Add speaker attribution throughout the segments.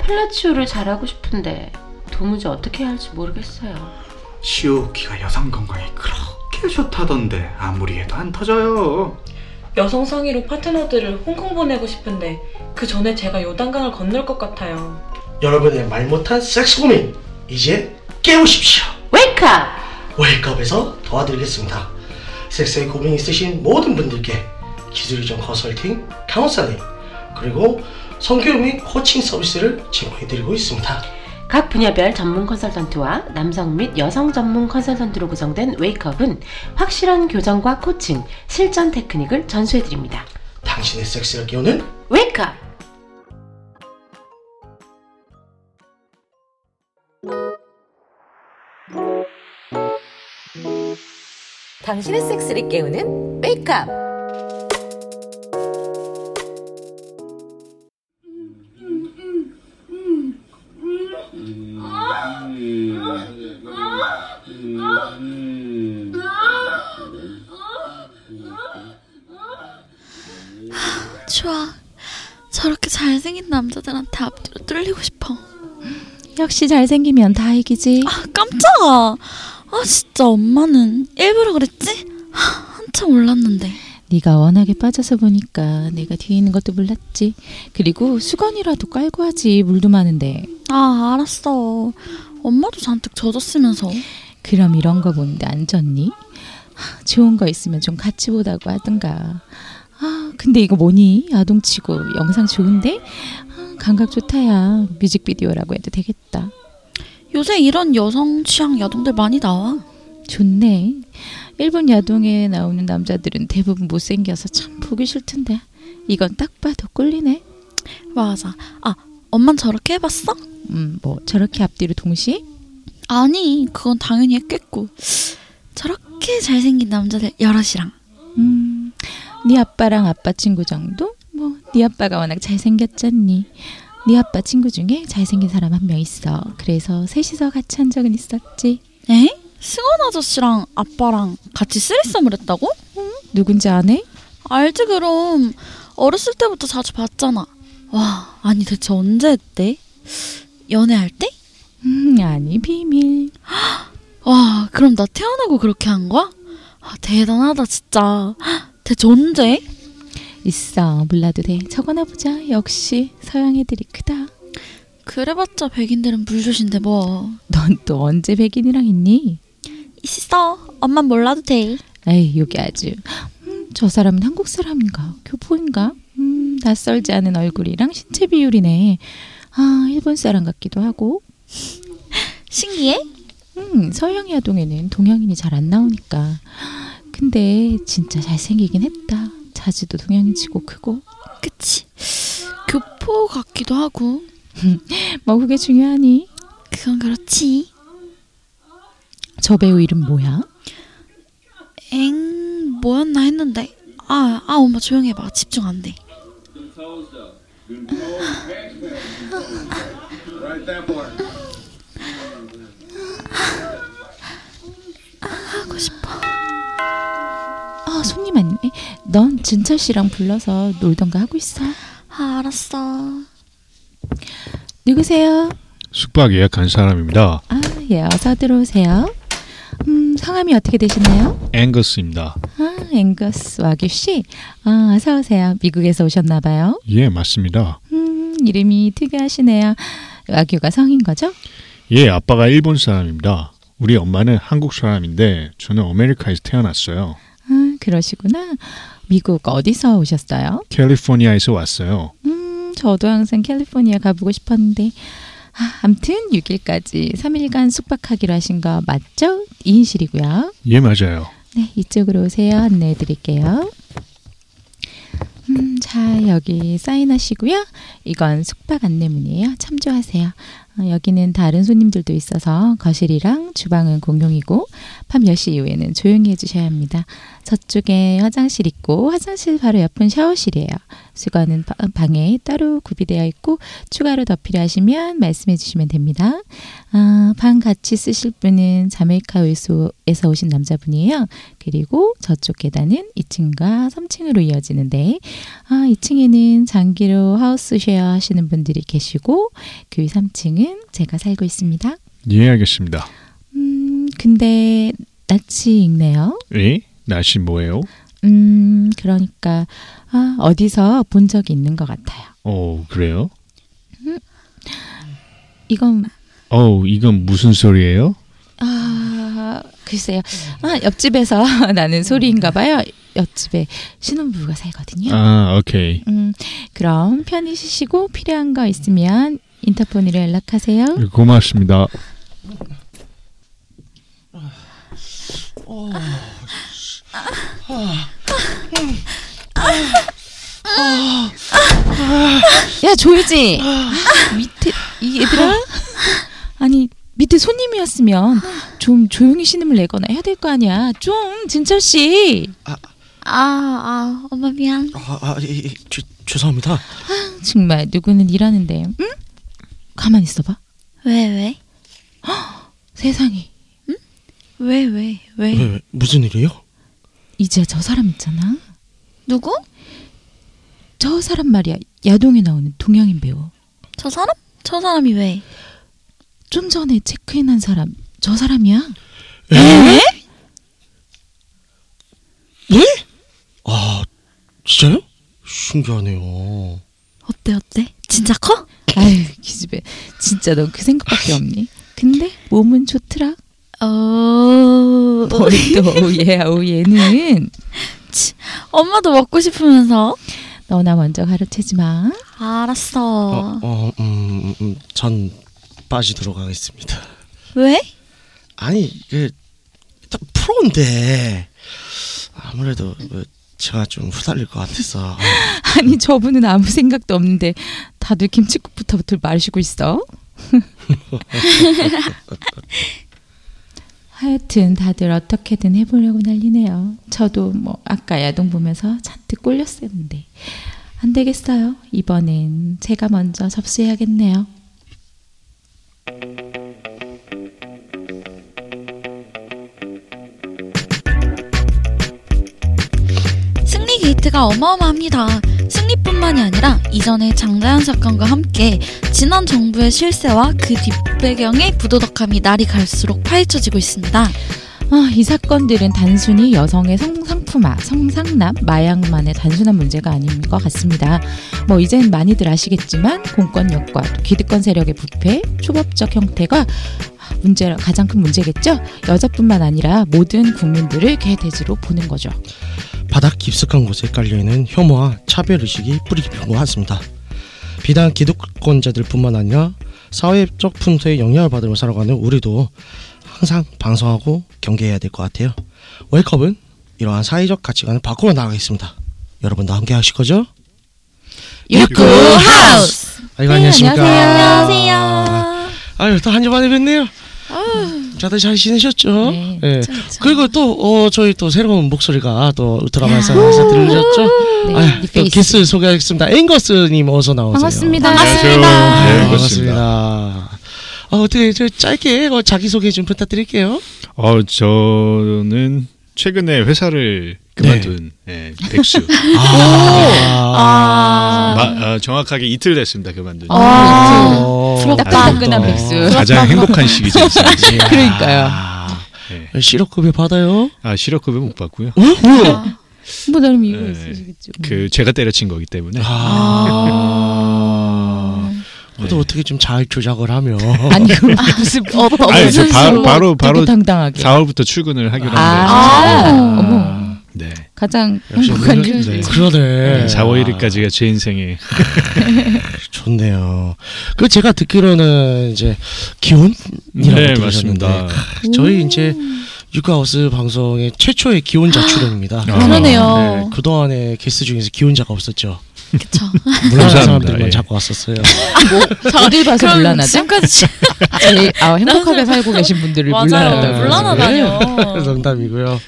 Speaker 1: 팔라치오를 잘하고 싶은데 도무지 어떻게 해야 할지 모르겠어요.
Speaker 2: 시오키가 여성 건강에 그렇게 좋다던데 아무리 해도 안 터져요.
Speaker 3: 여성 상의로 파트너들을 홍콩 보내고 싶은데 그 전에 제가 요단강을 건널 것 같아요.
Speaker 4: 여러분의 말 못한 섹스 고민 이제 깨우십시오.
Speaker 1: 웨이크업!
Speaker 4: 웨이크업에서 도와드리겠습니다. 섹스에 고민 있으신 모든 분들께 기술이전 컨설팅, 카운셀링, 그리고 성교육 및 코칭 서비스를 제공해드리고 있습니다.
Speaker 1: 각 분야별 전문 컨설턴트와 남성 및 여성 전문 컨설턴트로 구성된 웨이크업은 확실한 교정과 코칭, 실전 테크닉을 전수해드립니다.
Speaker 4: 당신의 섹스를 깨우는
Speaker 1: 웨이크업!
Speaker 5: 당신의 섹스를 깨우는 메이크업.
Speaker 6: 추아 저렇게 잘생긴 남자들한테 앞뒤로 뚫리고 싶어 역시 잘생기면 다이기지 아 깜짝아 아 진짜 엄마는 일부러 그랬지? 하, 한참 올랐는데
Speaker 7: 네가 워낙에 빠져서 보니까 내가 뒤에 있는 것도 몰랐지. 그리고 수건이라도 깔고 하지 물도 많은데.
Speaker 6: 아 알았어 엄마도 잔뜩 젖었으면서
Speaker 7: 그럼 이런 거 보는데 안 졌니? 하, 좋은 거 있으면 좀 같이 보다고 하든가. 아 근데 이거 뭐니? 아동치고 영상 좋은데? 아, 감각 좋다야. 뮤직비디오라고 해도 되겠다.
Speaker 6: 요새 이런 여성 취향 야동들 많이 나와
Speaker 7: 좋네. 일본 야동에 나오는 남자들은 대부분 못생겨서 참 보기 싫던데. 이건 딱 봐도 꿀리네.
Speaker 6: 맞아 아 엄만 저렇게 해봤어?
Speaker 7: 음, 뭐 저렇게 앞뒤로 동시에?
Speaker 6: 아니 그건 당연히 했겠고 저렇게 잘생긴 남자들 여럿이랑
Speaker 7: 음, 네 아빠랑 아빠 친구 정도? 뭐, 네 아빠가 워낙 잘생겼잖니. 네 아빠 친구 중에 잘생긴 사람 한 명 있어. 그래서 셋이서 같이 한 적은 있었지.
Speaker 6: 에? 승원 아저씨랑 아빠랑 같이 쓰리썸을 했다고?
Speaker 7: 누군지 아네?
Speaker 6: 알지 그럼 어렸을 때부터 자주 봤잖아 와 아니 대체 언제 했대? 연애할 때?
Speaker 7: 음, 아니 비밀.
Speaker 6: 와 그럼 나 태어나고 그렇게 한 거야? 아, 대단하다 진짜 대체 언제?
Speaker 7: 있어, 몰라도 돼. 적어나 보자. 역시 서양 애들이 크다.
Speaker 6: 그래봤자 백인들은 물조신데 뭐
Speaker 7: 넌 또 언제 백인이랑 있니?
Speaker 6: 있어 엄만 몰라도 돼
Speaker 7: 에이, 여기 아주. 음, 저 사람은 한국 사람인가? 교포인가? 음, 낯설지 않은 얼굴이랑 신체 비율이네. 아, 일본 사람 같기도 하고.
Speaker 6: 신기해?
Speaker 7: 음, 서양 야동에는 동양인이 잘 안 나오니까. 근데 진짜 잘생기긴 했다. 자지도 동양인치고 크고.
Speaker 6: 그치 교포 같기도 하고
Speaker 7: 뭐 그게 중요하니?
Speaker 6: 그건 그렇지
Speaker 7: 저 배우 이름 뭐야?
Speaker 6: 엥 뭐였나 했는데 아, 아 엄마 조용히 해봐 집중 안돼 하고 싶어
Speaker 7: 아 손님 아니네. 넌 진철 씨랑 불러서 놀던가 하고 있어.
Speaker 6: 아, 알았어
Speaker 7: 누구세요?
Speaker 8: 숙박 예약한 사람입니다.
Speaker 7: 아, 예, 어서 들어오세요. 음, 성함이 어떻게 되시나요?
Speaker 8: 앵거스입니다.
Speaker 7: 아, 앵거스 와규 씨. 아, 어서 오세요. 미국에서 오셨나 봐요.
Speaker 8: 예, 맞습니다.
Speaker 7: 음, 이름이 특이하시네요. 와규가 성인 거죠?
Speaker 8: 예, 아빠가 일본 사람입니다. 우리 엄마는 한국 사람인데 저는 아메리카에서 태어났어요.
Speaker 7: 아, 그러시구나. 미국 어디서 오셨어요?
Speaker 8: 캘리포니아에서 왔어요.
Speaker 7: 음, 저도 항상 캘리포니아 가보고 싶었는데. 아, 암튼 6일까지 3일간 숙박하기로 하신 거 맞죠? 2인실이고요.
Speaker 8: 예, 맞아요.
Speaker 7: 네, 이쪽으로 오세요. 안내해 드릴게요. 음, 자, 여기 사인하시고요. 이건 숙박 안내문이에요. 참조하세요. 어, 여기는 다른 손님들도 있어서 거실이랑 주방은 공용이고 밤 10시 이후에는 조용히 해주셔야 합니다. 저쪽에 화장실 있고 화장실 바로 옆은 샤워실이에요. 수건은 바- 방에 따로 구비되어 있고 추가로 더 어, 필요하시면 말씀해 주시면 됩니다. 아, 방 같이 쓰실 분은 자메이카 의소, 에서 오신 남자분이에요. 그리고 저쪽 계단은 2층과 3층으로 이어지는데 아, 2층에는 장기로 하우스 쉐어 하시는 분들이 계시고 그 위 3층은 제가 살고 있습니다.
Speaker 8: 예, 이해하겠습니다.
Speaker 7: 음, 근데 낯이 익네요.
Speaker 8: 에? 예? 날씨 뭐예요?
Speaker 7: 음, 그러니까 아, 어디서 본 적이 있는 것 같아요.
Speaker 8: 어 그래요?
Speaker 7: 이건
Speaker 8: 어 이건 무슨 소리예요?
Speaker 7: 아 글쎄요. 아 옆집에서 나는 소리인가 봐요. 옆집에 신혼부부가 살거든요.
Speaker 8: 아 오케이.
Speaker 7: 음 그럼 편히 쉬시고 필요한 거 있으면 인터폰으로 연락하세요.
Speaker 8: 고맙습니다.
Speaker 7: 야 조유지 아, 밑에 이 얘들아 아니 밑에 손님이었으면 좀 조용히 신음을 내거나 해야 될 거 아니야. 좀 진철 씨.
Speaker 6: 아, 아, 엄마 미안.
Speaker 9: 아, 아 예, 예, 죄, 죄송합니다.
Speaker 7: 정말 누구는 일하는데 응? 가만 있어봐
Speaker 6: 왜, 왜?
Speaker 7: 세상에
Speaker 6: 왜, 왜,
Speaker 9: 왜,
Speaker 6: 왜?
Speaker 9: 왜, 무슨 일이요?
Speaker 7: 이제 저 사람 있잖아
Speaker 6: 누구?
Speaker 7: 저 사람 말이야 야동에 나오는 동양인 배우
Speaker 6: 저 사람? 저 사람이 왜?
Speaker 7: 좀 전에 체크인한 사람 저 사람이야
Speaker 9: 예? 아, 진짜요? 신기하네요.
Speaker 6: 어때, 어때? 진짜 커?
Speaker 7: 아유 기집애 진짜 넌 그 생각밖에 없니 근데 몸은 좋더라
Speaker 6: 어,
Speaker 9: 뭐?
Speaker 7: 머리도 오예 오예는
Speaker 6: 엄마도 먹고 싶으면서?
Speaker 7: 너나 먼저 가르치지 마
Speaker 6: 알았어.
Speaker 9: 어, 어, 음, 음, 전 빠지 들어가겠습니다.
Speaker 6: 왜?
Speaker 9: 아니, 이게 딱 프로인데 아무래도 뭐 제가 좀 후달릴 것 같아서.
Speaker 7: 아니 저분은 아무 생각도 없는데 다들 김치국부터 마시고 있어. 하여튼 다들 어떻게든 해보려고 난리네요. 저도 뭐 아까 야동 보면서 잔뜩 꼴렸었는데 안 되겠어요. 이번엔 제가 먼저 접수해야겠네요.
Speaker 6: 승리 게이트가 어마어마합니다. 승리뿐만이 아니라 이전의 장자연 사건과 함께 지난 정부의 실세와 그 뒷배경의 부도덕함이 날이 갈수록 파헤쳐지고 있습니다.
Speaker 7: 아, 이 사건들은 단순히 여성의 성상품화, 성상납, 마약만의 단순한 문제가 아닌 것 같습니다. 뭐 이젠 많이들 아시겠지만 공권력과 또 기득권 세력의 부패, 초법적 형태가 문제 가장 큰 문제겠죠. 여자뿐만 아니라 모든 국민들을 개돼지로 보는 거죠.
Speaker 9: 바닥 깊숙한 곳에 깔려있는 혐오와 차별의식이 뿌리 깊은 것 같습니다. 비단 기득권자들뿐만 아니라 사회적 풍토에 영향을 받으며 살아가는 우리도 항상 방송하고 경계해야 될 것 같아요. 웰컵은 이러한 사회적 가치관을 바꾸어 나가겠습니다. 여러분도 함께 하실 거죠?
Speaker 7: 유쿠 하우스.
Speaker 9: 아이고,
Speaker 7: 네,
Speaker 9: 안녕하십니까.
Speaker 7: 안녕하세요.
Speaker 9: 아유, 또 한 주 만에 뵙네요. 다들 잘 지내셨죠?
Speaker 7: 네,
Speaker 9: 예.
Speaker 7: 그쵸, 그쵸.
Speaker 9: 그리고 또 어, 저희 또 새로운 목소리가 또 드라마에서 항상 들으셨죠?
Speaker 7: 네,
Speaker 9: 아유, 또
Speaker 7: 리페이스.
Speaker 9: 기스 소개하겠습니다. 앵거스님 어서 나오세요.
Speaker 7: 반갑습니다.
Speaker 8: 반갑습니다.
Speaker 9: 네,
Speaker 8: 네,
Speaker 9: 반갑습니다.
Speaker 8: 반갑습니다.
Speaker 9: 어, 어떻게 저 짧게 어, 자기 소개 좀 부탁드릴게요.
Speaker 8: 어 저는 최근에 회사를 그만둔
Speaker 9: 네.
Speaker 8: 예, 백수.
Speaker 9: 아,
Speaker 8: 마, 아, 정확하게 이틀 됐습니다. 그만둔.
Speaker 7: 아,
Speaker 9: 따끈따끈한
Speaker 7: 따끈따끈한 백수.
Speaker 8: 아, 가장 행복한 시기죠. 지금.
Speaker 9: 네.
Speaker 7: 그러니까요.
Speaker 8: 예.
Speaker 9: 실업급여 받아요?
Speaker 8: 아 실업급여 못 받고요.
Speaker 9: 어? 뭐야?
Speaker 7: 뭐 나름 이유
Speaker 8: 네.
Speaker 7: 있으시겠죠.
Speaker 8: 그 제가 때려친 거기 때문에.
Speaker 9: 아. 그것도
Speaker 8: 네.
Speaker 9: 어떻게 좀 잘 조작을 하며.
Speaker 7: 아니 그럼 무슨 어,
Speaker 8: 아니, 저 바-
Speaker 7: 수로
Speaker 8: 바로- 바로
Speaker 7: 되게 당당하게.
Speaker 8: 4월부터 출근을 하기로
Speaker 7: 네. 아,
Speaker 8: 한
Speaker 7: 아, 어머.
Speaker 8: 네. 네.
Speaker 7: 가장
Speaker 9: 역시
Speaker 7: 행복한
Speaker 9: 오늘은-
Speaker 7: 일.
Speaker 8: 네.
Speaker 9: 그러네. 아,
Speaker 8: 4월 1일까지가 제 인생의
Speaker 9: 좋네요. 그 제가 듣기로는 이제 기혼이라고
Speaker 8: 네
Speaker 9: 들으셨는데
Speaker 8: 맞습니다.
Speaker 9: 저희 이제 유카하우스 방송의 최초의 기혼자 출연입니다.
Speaker 8: 아, 그러네요.
Speaker 9: 네, 그동안의 게스트 중에서 기혼자가 없었죠.
Speaker 7: 네.
Speaker 6: 그쵸.
Speaker 9: 물러난
Speaker 8: 감사합니다.
Speaker 9: 사람들만
Speaker 8: 예.
Speaker 9: 자꾸 왔었어요.
Speaker 7: 어딜 봐서
Speaker 6: 아, 뭐, 그럼
Speaker 7: 물란하죠?
Speaker 6: 지금까지
Speaker 7: 제일 아, 행복하게 살고 계신 분들을
Speaker 8: 네.
Speaker 3: 맞아요.
Speaker 7: 물란하다고.
Speaker 9: 물란하다.
Speaker 3: 물란하다뇨.
Speaker 9: 네, 농담이고요.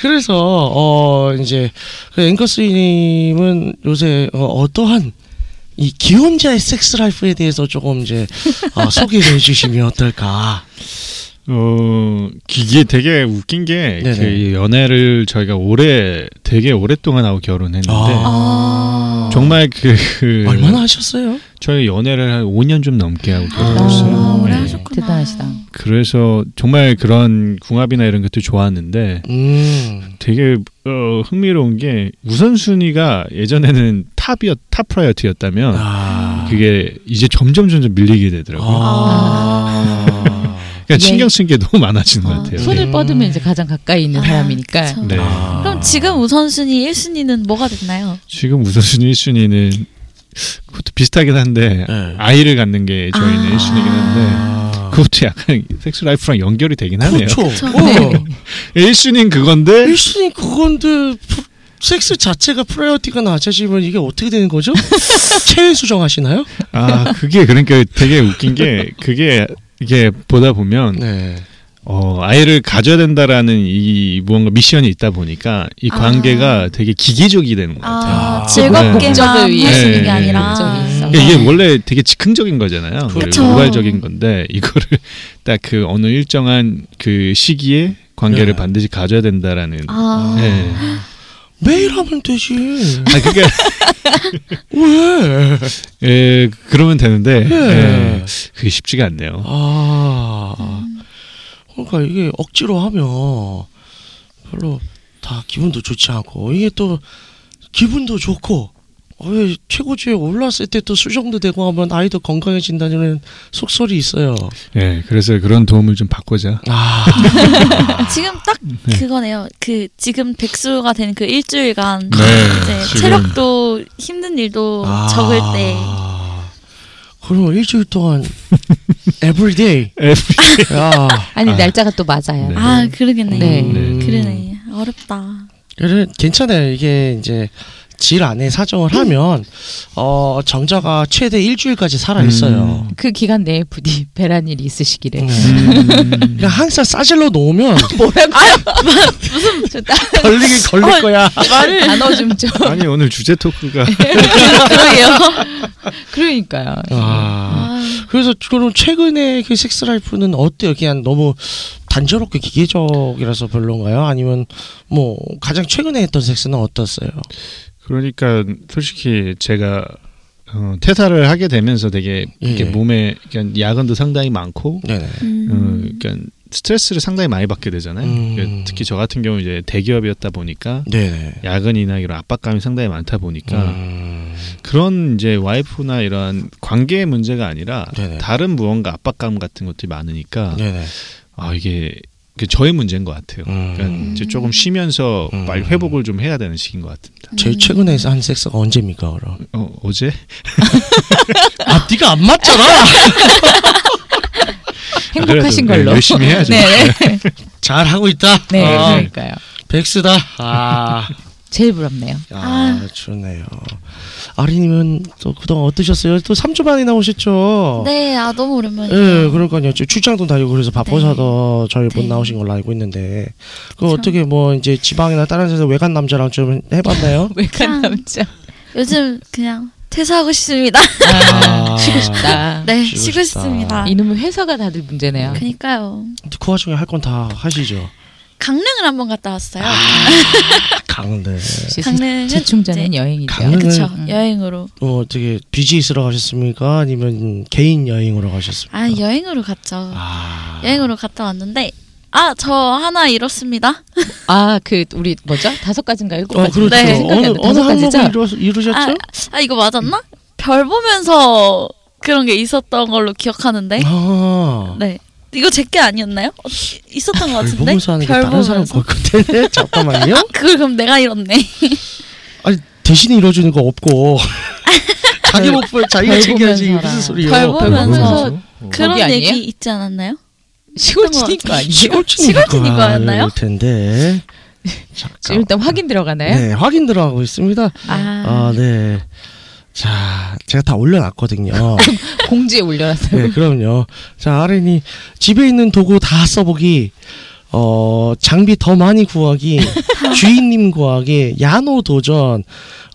Speaker 9: 그래서 어 이제 그 앵커스님은 요새 어, 어떠한 이 기혼자의 섹스 라이프에 대해서 조금 이제 어, 소개해 주시면 어떨까?
Speaker 8: 어, 이게 되게 웃긴 게,
Speaker 9: 네네.
Speaker 8: 그 연애를 저희가 오래, 되게 오랫동안 하고 결혼했는데,
Speaker 6: 아.
Speaker 8: 정말 그, 그
Speaker 9: 얼마나 하셨어요?
Speaker 8: 저희 연애를 한 5년 좀 넘게 하고 결혼했어요.
Speaker 6: 아, 오래
Speaker 8: 예.
Speaker 6: 하셨구나.
Speaker 7: 네. 대단하시다.
Speaker 8: 그래서 정말 그런 궁합이나 이런 것도 좋았는데
Speaker 9: 음.
Speaker 8: 되게 어, 흥미로운 게 우선순위가 예전에는 탑이었 탑 프라이어티였다면
Speaker 9: 아.
Speaker 8: 그게 이제 점점 점점 밀리게 되더라고요.
Speaker 6: 아.
Speaker 7: 아,
Speaker 9: 아.
Speaker 8: 그러니까
Speaker 7: 예.
Speaker 8: 신경 쓴 게 너무 많아진 것
Speaker 6: 아,
Speaker 8: 같아요.
Speaker 7: 손을
Speaker 9: 음.
Speaker 7: 뻗으면 이제 가장 가까이 있는
Speaker 6: 아,
Speaker 7: 사람이니까.
Speaker 6: 그쵸.
Speaker 8: 네.
Speaker 9: 아.
Speaker 6: 그럼 지금 우선순위 1순위는 뭐가 됐나요?
Speaker 8: 지금 우선순위 1순위는 그것도 비슷하긴 한데
Speaker 9: 네.
Speaker 8: 아이를 갖는 게 저희는
Speaker 6: 아.
Speaker 8: 1순위긴 한데 그것도 약간 섹스 라이프랑 연결이 되긴 하네요.
Speaker 9: 그렇죠. 네.
Speaker 7: 네.
Speaker 8: 1순위는 그건데
Speaker 9: 1순위 그건데 프- 섹스 자체가 프라이어티가 낮아지면 이게 어떻게 되는 거죠? 체외 수정하시나요?
Speaker 8: 아 그게 그러니까 되게 웃긴 게 그게 이게 보다 보면
Speaker 9: 네.
Speaker 8: 어, 아이를 가져야 된다라는 이 무언가 미션이 있다 보니까 이
Speaker 6: 아.
Speaker 8: 관계가 되게 기계적이 되는 것 같아요.
Speaker 6: 아,
Speaker 9: 아,
Speaker 6: 즐겁게만
Speaker 7: 목적을 위해.
Speaker 6: 하시는
Speaker 8: 네,
Speaker 6: 게 아니라.
Speaker 7: 목적이 있어.
Speaker 8: 그러니까 이게 원래 되게 즉흥적인 거잖아요. 그리고
Speaker 6: 네. 그쵸.
Speaker 8: 우발적인 건데 이거를 딱 그 어느 일정한 그 시기에 관계를
Speaker 9: 네.
Speaker 8: 반드시 가져야 된다라는.
Speaker 7: 뭐-
Speaker 6: 아,
Speaker 8: 예.
Speaker 9: 매일 하면 되지.
Speaker 8: 아 그게
Speaker 9: 왜?
Speaker 8: 예, 그러면 되는데
Speaker 9: 예.
Speaker 8: 예, 그게 쉽지가 않네요.
Speaker 9: 아. 그러니까 이게 억지로 하면 별로 다 기분도 좋지 않고 이게 또 기분도 좋고 어, 예, 최고치에 올랐을 때 또 수정도 되고 하면 아이도 건강해진다는 속설이 있어요.
Speaker 8: 예, 그래서 그런 도움을 좀 받고자.
Speaker 9: 아,
Speaker 6: 지금 딱 그거네요. 그 지금 백수가 되는 그 일주일간
Speaker 8: 네,
Speaker 6: 이제
Speaker 8: 지금.
Speaker 6: 체력도 힘든 일도 어,
Speaker 9: 아.
Speaker 6: 적을 때
Speaker 9: 그럼 일주일 동안 everyday.
Speaker 8: 예,
Speaker 9: 야,
Speaker 7: 아니
Speaker 8: 아.
Speaker 7: 날짜가 또 맞아요.
Speaker 8: 네.
Speaker 6: 아, 그러겠네.
Speaker 7: 네.
Speaker 9: 음.
Speaker 6: 그러네. 어렵다.
Speaker 9: 그래 괜찮아요. 이게 이제 질 안에 사정을 하면 어 정자가 최대 일주일까지 살아 있어요. 네.
Speaker 7: 그 기간 내에 부디 배란 일이
Speaker 6: 네.
Speaker 7: 있으시기를.
Speaker 8: 음.
Speaker 9: 그냥 그러니까 항상 싸질러 놓으면
Speaker 7: 뭐라고? 무슨
Speaker 9: 걸리긴 걸릴
Speaker 7: 어,
Speaker 9: 거야.
Speaker 6: 아,
Speaker 7: 말을 단어 좀 줘.
Speaker 8: 아니 오늘 주제 토크가
Speaker 7: 그러게요. 그러니까요.
Speaker 9: 아,
Speaker 6: 아,
Speaker 9: 그래서 그럼 최근에 그 섹스 라이프는 어때요? 그냥 너무 단조롭게 기계적이라서 별론가요? 아니면 뭐 가장 최근에 했던 섹스는 어땠어요?
Speaker 8: 그러니까 솔직히 제가 어, 퇴사를 하게 되면서 되게 이렇게
Speaker 9: 예.
Speaker 8: 몸에 그러니까 야근도 상당히 많고
Speaker 9: 네네.
Speaker 6: 음.
Speaker 8: 어, 그러니까 스트레스를 상당히 많이 받게 되잖아요.
Speaker 9: 음.
Speaker 8: 그러니까 특히 저 같은 경우 이제 대기업이었다 보니까
Speaker 9: 네네.
Speaker 8: 야근이나 이런 압박감이 상당히 많다 보니까
Speaker 9: 음,
Speaker 8: 그런 이제 와이프나 이런 관계의 문제가 아니라
Speaker 9: 네네.
Speaker 8: 다른 무언가 압박감 같은 것들이 많으니까
Speaker 9: 네네.
Speaker 8: 아 이게 그 저의 문제인 것 같아요.
Speaker 9: 음.
Speaker 8: 그러니까 이제 조금 쉬면서
Speaker 9: 음.
Speaker 8: 빨리 회복을 좀 해야 되는 시기인 것 같은데
Speaker 9: 제일 최근에 한 섹스가 언제입니까? 그럼
Speaker 8: 어, 어제
Speaker 9: 앞뒤가 아, 안 맞잖아.
Speaker 7: 행복하신
Speaker 8: 그래도, 네,
Speaker 7: 걸로.
Speaker 8: 열심히 해야죠.
Speaker 7: 네.
Speaker 9: 잘 하고 있다.
Speaker 7: 네.
Speaker 9: 아,
Speaker 7: 그러니까요.
Speaker 9: 백스다. 아,
Speaker 7: 제일 부럽네요.
Speaker 9: 아, 좋네요. 아리님은 또 그동안 어떠셨어요? 또 3주 만에 나오셨죠?
Speaker 6: 네, 아 너무
Speaker 9: 예,
Speaker 6: 오랜만이에요.
Speaker 9: 음. 그러니까요. 지금 출장도 다니고 그래서 바빠서도 저희 못
Speaker 6: 네.
Speaker 9: 나오신 걸로 알고 있는데 그 어떻게 뭐 이제 지방이나 다른 데서 외간 남자랑 좀 해봤나요?
Speaker 6: 참.
Speaker 7: 외간 남자.
Speaker 6: 요즘 그냥 퇴사하고 싶습니다.
Speaker 9: 아,
Speaker 7: 쉬고 싶다.
Speaker 6: 네,
Speaker 9: 쉬고
Speaker 6: 쉬고
Speaker 9: 싶다.
Speaker 6: 싶습니다.
Speaker 7: 이놈의 회사가 다들 문제네요.
Speaker 6: 그니까요.
Speaker 9: 그 와중에 할 건 다 하시죠.
Speaker 6: 강릉을 한번 갔다 왔어요.
Speaker 9: 아, 강원대.
Speaker 7: 역시
Speaker 6: 강릉은
Speaker 7: 최충전은
Speaker 6: 이제-
Speaker 7: 여행이죠.
Speaker 9: 강릉-
Speaker 6: 그쵸
Speaker 7: 음.
Speaker 6: 여행으로.
Speaker 9: 어, 어떻게 비즈니스로 가셨습니까? 아니면 개인 여행으로 가셨습니까?
Speaker 6: 아 여행으로 갔죠.
Speaker 9: 아.
Speaker 6: 여행으로 갔다 왔는데 아 저 하나 잃었습니다.
Speaker 7: 아, 그 우리 뭐죠? 다섯 가지인가 일곱
Speaker 9: 어,
Speaker 7: 가지.
Speaker 9: 그렇죠.
Speaker 6: 네.
Speaker 9: 어느 어느
Speaker 7: 다섯 가지죠.
Speaker 9: 항목을 이루, 셨죠 음.
Speaker 6: 아, 아 이거 맞았나? 별 보면서 그런 게 있었던 걸로 기억하는데.
Speaker 9: 아.
Speaker 6: 네. 이거 제게 아니었나요? 어, 있었던 것
Speaker 9: 별
Speaker 6: 같은데.
Speaker 9: 보면서 하는 게
Speaker 6: 별
Speaker 9: 다른 사람
Speaker 6: 보면서. 어?
Speaker 9: 걸 건데 잠깐만요.
Speaker 6: 그걸 그럼 내가 잃었네.
Speaker 9: 어, 아니 대신 이뤄주는 거 없고 자기 못 보여 자기가
Speaker 7: 별
Speaker 9: 챙겨야지 이게
Speaker 7: 보면서
Speaker 9: 무슨
Speaker 7: 알아.
Speaker 9: 소리예요?
Speaker 6: 별 보면서
Speaker 8: 어.
Speaker 7: 거기
Speaker 6: 그런
Speaker 7: 아니에요?
Speaker 6: 얘기 있지 않았나요?
Speaker 7: 시골지니까 아니에요?
Speaker 6: 시골지니까였나요?
Speaker 9: 이럴 텐데
Speaker 7: 지금
Speaker 9: 잠깐
Speaker 7: 일단 확인 들어가나요?
Speaker 9: 네 확인 들어가고 있습니다.
Speaker 6: 아,
Speaker 9: 아 네. 자, 제가 다 올려놨거든요.
Speaker 7: 공지에 올려놨어요.
Speaker 9: 네, 그럼요. 자, 아린이 집에 있는 도구 다 써보기. 어, 장비 더 많이 구하기, 주인님 구하기, 야노 도전,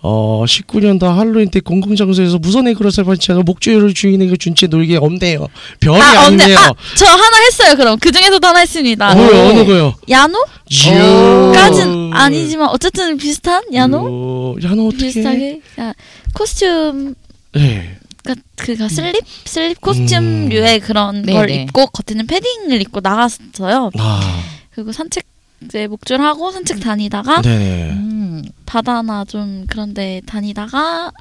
Speaker 9: 어, 19년도 할로윈 때 공공장소에서 무선의 그릇을 발치하고 목줄을 주인에게 준 채 놀기에 엄대요. 별이
Speaker 6: 아,
Speaker 9: 아,
Speaker 6: 언니,
Speaker 9: 니네요 아,
Speaker 6: 아, 저 하나 했어요, 그럼. 그 중에서도 하나 했습니다.
Speaker 9: 뭐요, 어느 거요?
Speaker 6: 야노? 어,
Speaker 9: 주.
Speaker 6: 까진 아니지만, 어쨌든 비슷한? 야노?
Speaker 9: 요- 야노 음, 어떻게?
Speaker 6: 비슷하게. 야, 코스튬
Speaker 9: 네.
Speaker 6: 그러니까 그가 슬립 슬립
Speaker 9: 음.
Speaker 6: 코스튬류의 그런
Speaker 7: 네네.
Speaker 6: 걸 입고 겉에는 패딩을 입고 나갔어요.
Speaker 9: 아,
Speaker 6: 그리고 산책 이제 목줄하고 산책 다니다가
Speaker 9: 네네.
Speaker 7: 음,
Speaker 6: 바다나 좀 그런데 다니다가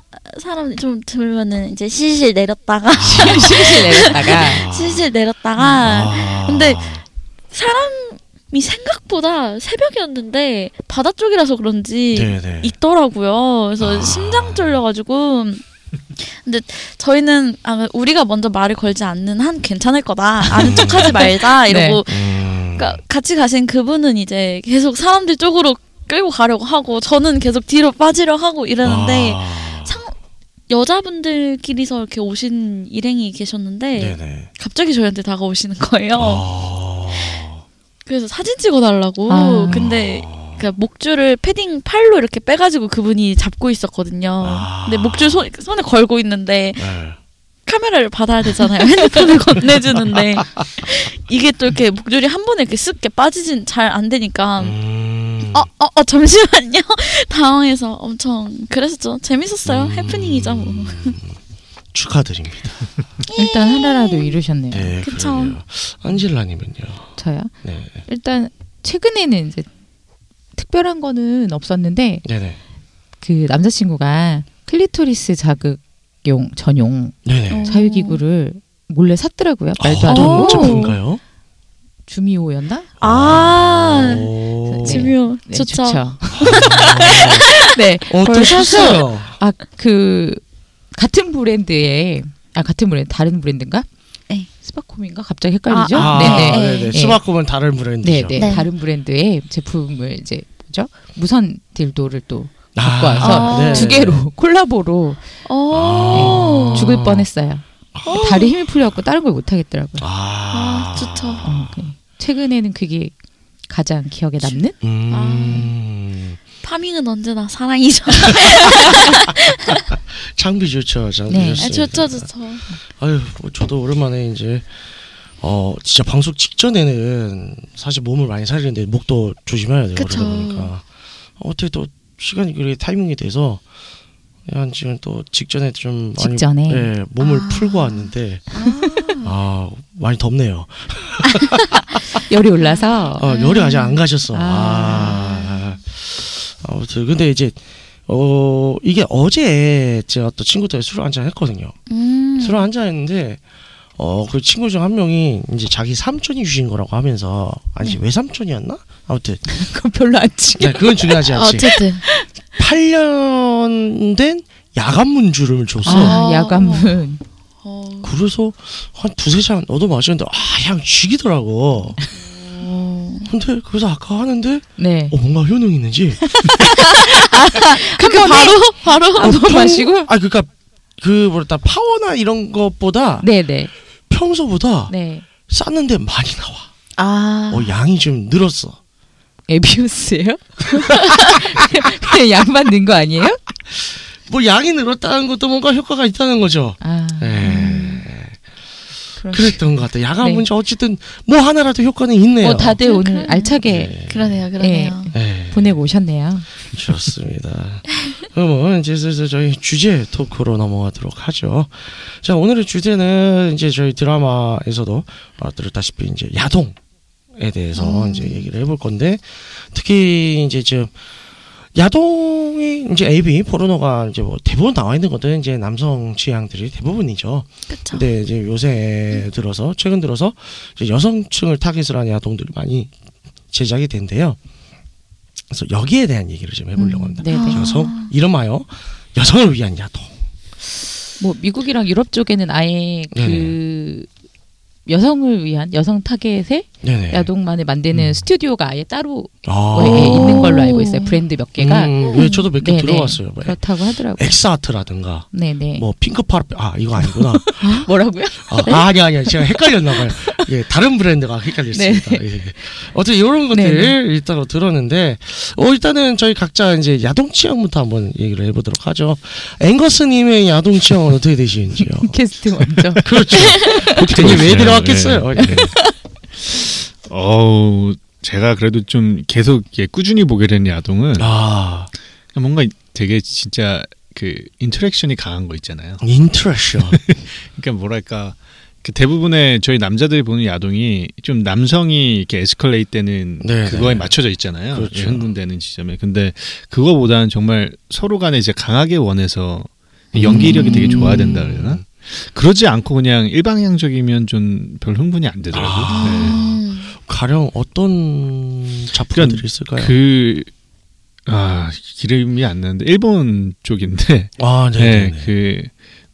Speaker 6: 사람 좀 들으면은 이제 실실 내렸다가
Speaker 7: 실실 아, 내렸다가
Speaker 6: 실실 내렸다가
Speaker 9: 아.
Speaker 6: 근데 이 생각보다 새벽이었는데 바다 쪽이라서 그런지
Speaker 9: 네네.
Speaker 6: 있더라고요. 그래서
Speaker 9: 아.
Speaker 6: 심장 쫄려가지고. 근데 저희는 아, 우리가 먼저 말을 걸지 않는 한 괜찮을 거다. 아는
Speaker 9: 네.
Speaker 6: 척하지 말자 이러고.
Speaker 9: 음.
Speaker 6: 그러니까 같이 가신 그분은 이제 계속 사람들 쪽으로 끌고 가려고 하고 저는 계속 뒤로 빠지려 하고 이러는데
Speaker 9: 아.
Speaker 6: 상- 여자분들끼리서 이렇게 오신 일행이 계셨는데
Speaker 9: 네네.
Speaker 6: 갑자기 저희한테 다가오시는 거예요. 어.
Speaker 9: 아.
Speaker 6: 그래서 사진 찍어달라고.
Speaker 7: 아.
Speaker 6: 근데 그 목줄을 패딩 팔로 이렇게 빼가지고 그분이 잡고 있었거든요.
Speaker 9: 아.
Speaker 6: 근데 목줄 손, 손에 걸고 있는데
Speaker 9: 네.
Speaker 6: 카메라를 받아야 되잖아요. 핸드폰을 건네주는데 이게 또 이렇게 목줄이 한 번에 이렇게 쓱게 빠지진 잘 안 되니까.
Speaker 9: 음.
Speaker 6: 어, 어, 어, 잠시만요. 당황해서 엄청 그랬었죠. 재밌었어요. 해프닝이죠. 뭐.
Speaker 9: 축하드립니다.
Speaker 7: 일단 하나라도 이루셨네요.
Speaker 9: 네,
Speaker 6: 그쵸.
Speaker 9: 그러네요. 안젤라님은요.
Speaker 7: 저요.
Speaker 9: 네,
Speaker 7: 일단 최근에는 이제 특별한 거는 없었는데
Speaker 9: 네네,
Speaker 7: 그 남자친구가 클리토리스 자극용 전용
Speaker 9: 네네.
Speaker 6: 어.
Speaker 7: 자유기구를 몰래 샀더라고요. 말도
Speaker 9: 아,
Speaker 7: 안
Speaker 9: 어떤
Speaker 6: 오.
Speaker 7: 되고
Speaker 9: 제품인가요?
Speaker 7: 주미호였나?
Speaker 6: 아,
Speaker 9: 어. 오.
Speaker 7: 네.
Speaker 6: 지묘.
Speaker 7: 네,
Speaker 6: 좋죠.
Speaker 7: 네,
Speaker 9: 어,
Speaker 7: 그걸 사서
Speaker 9: 어떠셨어요?
Speaker 7: 아 그 같은 브랜드의 아 같은 브랜드 다른 브랜드인가?
Speaker 6: 네.
Speaker 7: 스파콤인가? 갑자기 헷갈리죠?
Speaker 6: 아,
Speaker 7: 네네.
Speaker 6: 네.
Speaker 9: 네네. 스마트폰은 다른 브랜드죠.
Speaker 7: 네네.
Speaker 6: 네.
Speaker 7: 다른 브랜드의 제품을 이제 뭐죠? 무선 딜도를 또 두
Speaker 9: 아,
Speaker 7: 갖고 와서
Speaker 9: 네네.
Speaker 7: 개로 콜라보로
Speaker 6: 어. 오.
Speaker 7: 네,
Speaker 9: 아.
Speaker 7: 죽을 뻔했어요. 다리 힘이 풀려갖고 다른 걸 못 하겠더라고요.
Speaker 9: 아,
Speaker 6: 아, 좋죠.
Speaker 7: 어, 그 최근에는 그게 가장 기억에 남는?
Speaker 9: 음,
Speaker 7: 아.
Speaker 6: 파밍은 언제나 사랑이죠.
Speaker 9: 장비 좋죠, 장비
Speaker 7: 네.
Speaker 6: 아,
Speaker 9: 좋습니다.
Speaker 6: 좋죠, 좋죠.
Speaker 9: 아유, 뭐 저도 오랜만에 이제 어 진짜 방송 직전에는 사실 몸을 많이 살리는데 목도 조심해야 돼요.
Speaker 6: 그쵸.
Speaker 9: 그러다 보니까 어떻게 또 시간이 그렇게 타이밍이 돼서 한 지금 또 직전에 좀 많이
Speaker 7: 직전에.
Speaker 9: 예, 몸을
Speaker 6: 아.
Speaker 9: 풀고 왔는데 아 많이 덥네요.
Speaker 7: 열이 올라서
Speaker 9: 아, 열이 아직 안 가셨어. 아.
Speaker 7: 아.
Speaker 9: 아무튼 근데 이제 어 이게 어제 제가 또 친구들하고 술을 한잔 했거든요.
Speaker 6: 음.
Speaker 9: 술을 한잔 했는데 어, 그 친구 중 한 명이 이제 자기 삼촌이 주신 거라고 하면서
Speaker 6: 네.
Speaker 9: 아니지 외삼촌이었나? 아무튼
Speaker 7: 그건 별로 안
Speaker 9: 네,
Speaker 7: 중요.
Speaker 9: 그건 중요하지 않지.
Speaker 6: 아, 어쨌든
Speaker 9: 8년 된 야간 문주를 줬어.
Speaker 7: 아,
Speaker 6: 아.
Speaker 7: 야간문.
Speaker 6: 어,
Speaker 9: 그래서 한 두세 잔 얻어 마시는데 아, 향 죽이더라고.
Speaker 6: 어.
Speaker 9: 근데 그래서 아까 하는데
Speaker 7: 네.
Speaker 9: 어, 뭔가 효능 있는지
Speaker 7: 그럼 바로 바로 한번
Speaker 9: 통-
Speaker 7: 마시고.
Speaker 9: 아 그러니까 그 뭐랄까 파워나 이런 것보다
Speaker 7: 네네.
Speaker 9: 평소보다
Speaker 7: 네.
Speaker 9: 쌌는데 많이 나와.
Speaker 6: 아.
Speaker 9: 어, 양이 좀 늘었어.
Speaker 7: 에비우스예요? 그냥 양만 넣은 거 아니에요?
Speaker 9: 뭐 양이 늘었다는 것도 뭔가 효과가 있다는 거죠.
Speaker 7: 아,
Speaker 9: 예.
Speaker 7: 그럼.
Speaker 9: 그랬던 것 같아요. 야간
Speaker 7: 네.
Speaker 9: 문제 어쨌든 뭐 하나라도 효과는 있네요.
Speaker 7: 뭐 다들 오늘
Speaker 6: 그러니까요.
Speaker 7: 알차게
Speaker 9: 예.
Speaker 6: 그러네요, 그러네요.
Speaker 9: 예.
Speaker 7: 보내고 오셨네요.
Speaker 9: 좋습니다. 그러면 이제 슬슬 저희 주제 토크로 넘어가도록 하죠. 자, 오늘의 주제는 이제 저희 드라마에서도 아, 들었다시피 이제 야동에 대해서 이제 얘기를 해볼 건데 특히 이제 지금 야동이 이제 AV 포르노가 이제 뭐 대부분 나와 있는 것들은 이제 남성 취향들이 대부분이죠.
Speaker 7: 그렇죠.
Speaker 6: 그쵸.
Speaker 9: 근데 네, 이제 요새 들어서 최근 들어서 이제 여성층을 타겟으로 한 야동들이 많이 제작이 된대요. 그래서 여기에 대한 얘기를 좀 해보려고 합니다.
Speaker 7: 음,
Speaker 9: 아.
Speaker 7: 네네.
Speaker 9: 여성 이름하여 여성을 위한 야동.
Speaker 7: 뭐 미국이랑 유럽 쪽에는 아예 그 여성을 위한 여성 타겟의
Speaker 9: 네. 네네.
Speaker 7: 야동만을 만드는
Speaker 9: 음.
Speaker 7: 스튜디오가 아예 따로
Speaker 9: 아.
Speaker 7: 예, 예, 있는 걸로 알고 있어요.
Speaker 6: 오.
Speaker 7: 브랜드 몇 개가
Speaker 9: 음, 왜 저도 몇 개
Speaker 7: 네네. 그렇죠.
Speaker 9: 들어봤어요. 뭐
Speaker 7: 그렇다고 하더라고요.
Speaker 9: 엑스아트라든가
Speaker 7: 네네.
Speaker 9: 뭐 핑크파르 아 이거 아니구나.
Speaker 7: 뭐라고요?
Speaker 9: 아, 아니 아니 제가 헷갈렸나 봐요. 예, 다른 브랜드가 헷갈렸습니다. 예. 어쨌든 이런 것들 을 일단으로 들었는데, 어, 일단은 저희 각자 이제 야동 취향부터 한번 얘기를 해보도록 하죠. 앵거스님의 야동 취향은 어떻게 되시는지요?
Speaker 7: 캐스트 먼저.
Speaker 9: 그렇죠. 네, 되게 왜 들어왔겠어요? 예.
Speaker 8: 어우, 제가 그래도 좀 계속 이게 꾸준히 보게 된 야동은
Speaker 9: 아,
Speaker 8: 뭔가 되게 진짜 그 인터랙션이 강한 거 있잖아요.
Speaker 9: 인트레션.
Speaker 8: 그러니까 뭐랄까 그 대부분의 저희 남자들이 보는 야동이 좀 남성이 이렇게 에스컬레이트 되는
Speaker 9: 네,
Speaker 8: 그거에
Speaker 9: 네.
Speaker 8: 맞춰져 있잖아요.
Speaker 9: 그렇죠.
Speaker 8: 예, 흥분되는 지점에. 근데 그거보다는 정말 서로 간에 이제 강하게 원해서 음. 연기력이 되게
Speaker 9: 음.
Speaker 8: 좋아야 된다 그러나? 그러지 않고 그냥 일방향적이면 좀 별 흥분이 안 되더라고요.
Speaker 9: 아, 가령 어떤 작품들이
Speaker 8: 네.
Speaker 9: 있을까요?
Speaker 8: 그, 아, 이름이 안 나는데, 일본 쪽인데,
Speaker 9: 아,
Speaker 8: 네,
Speaker 9: 네, 네.
Speaker 8: 그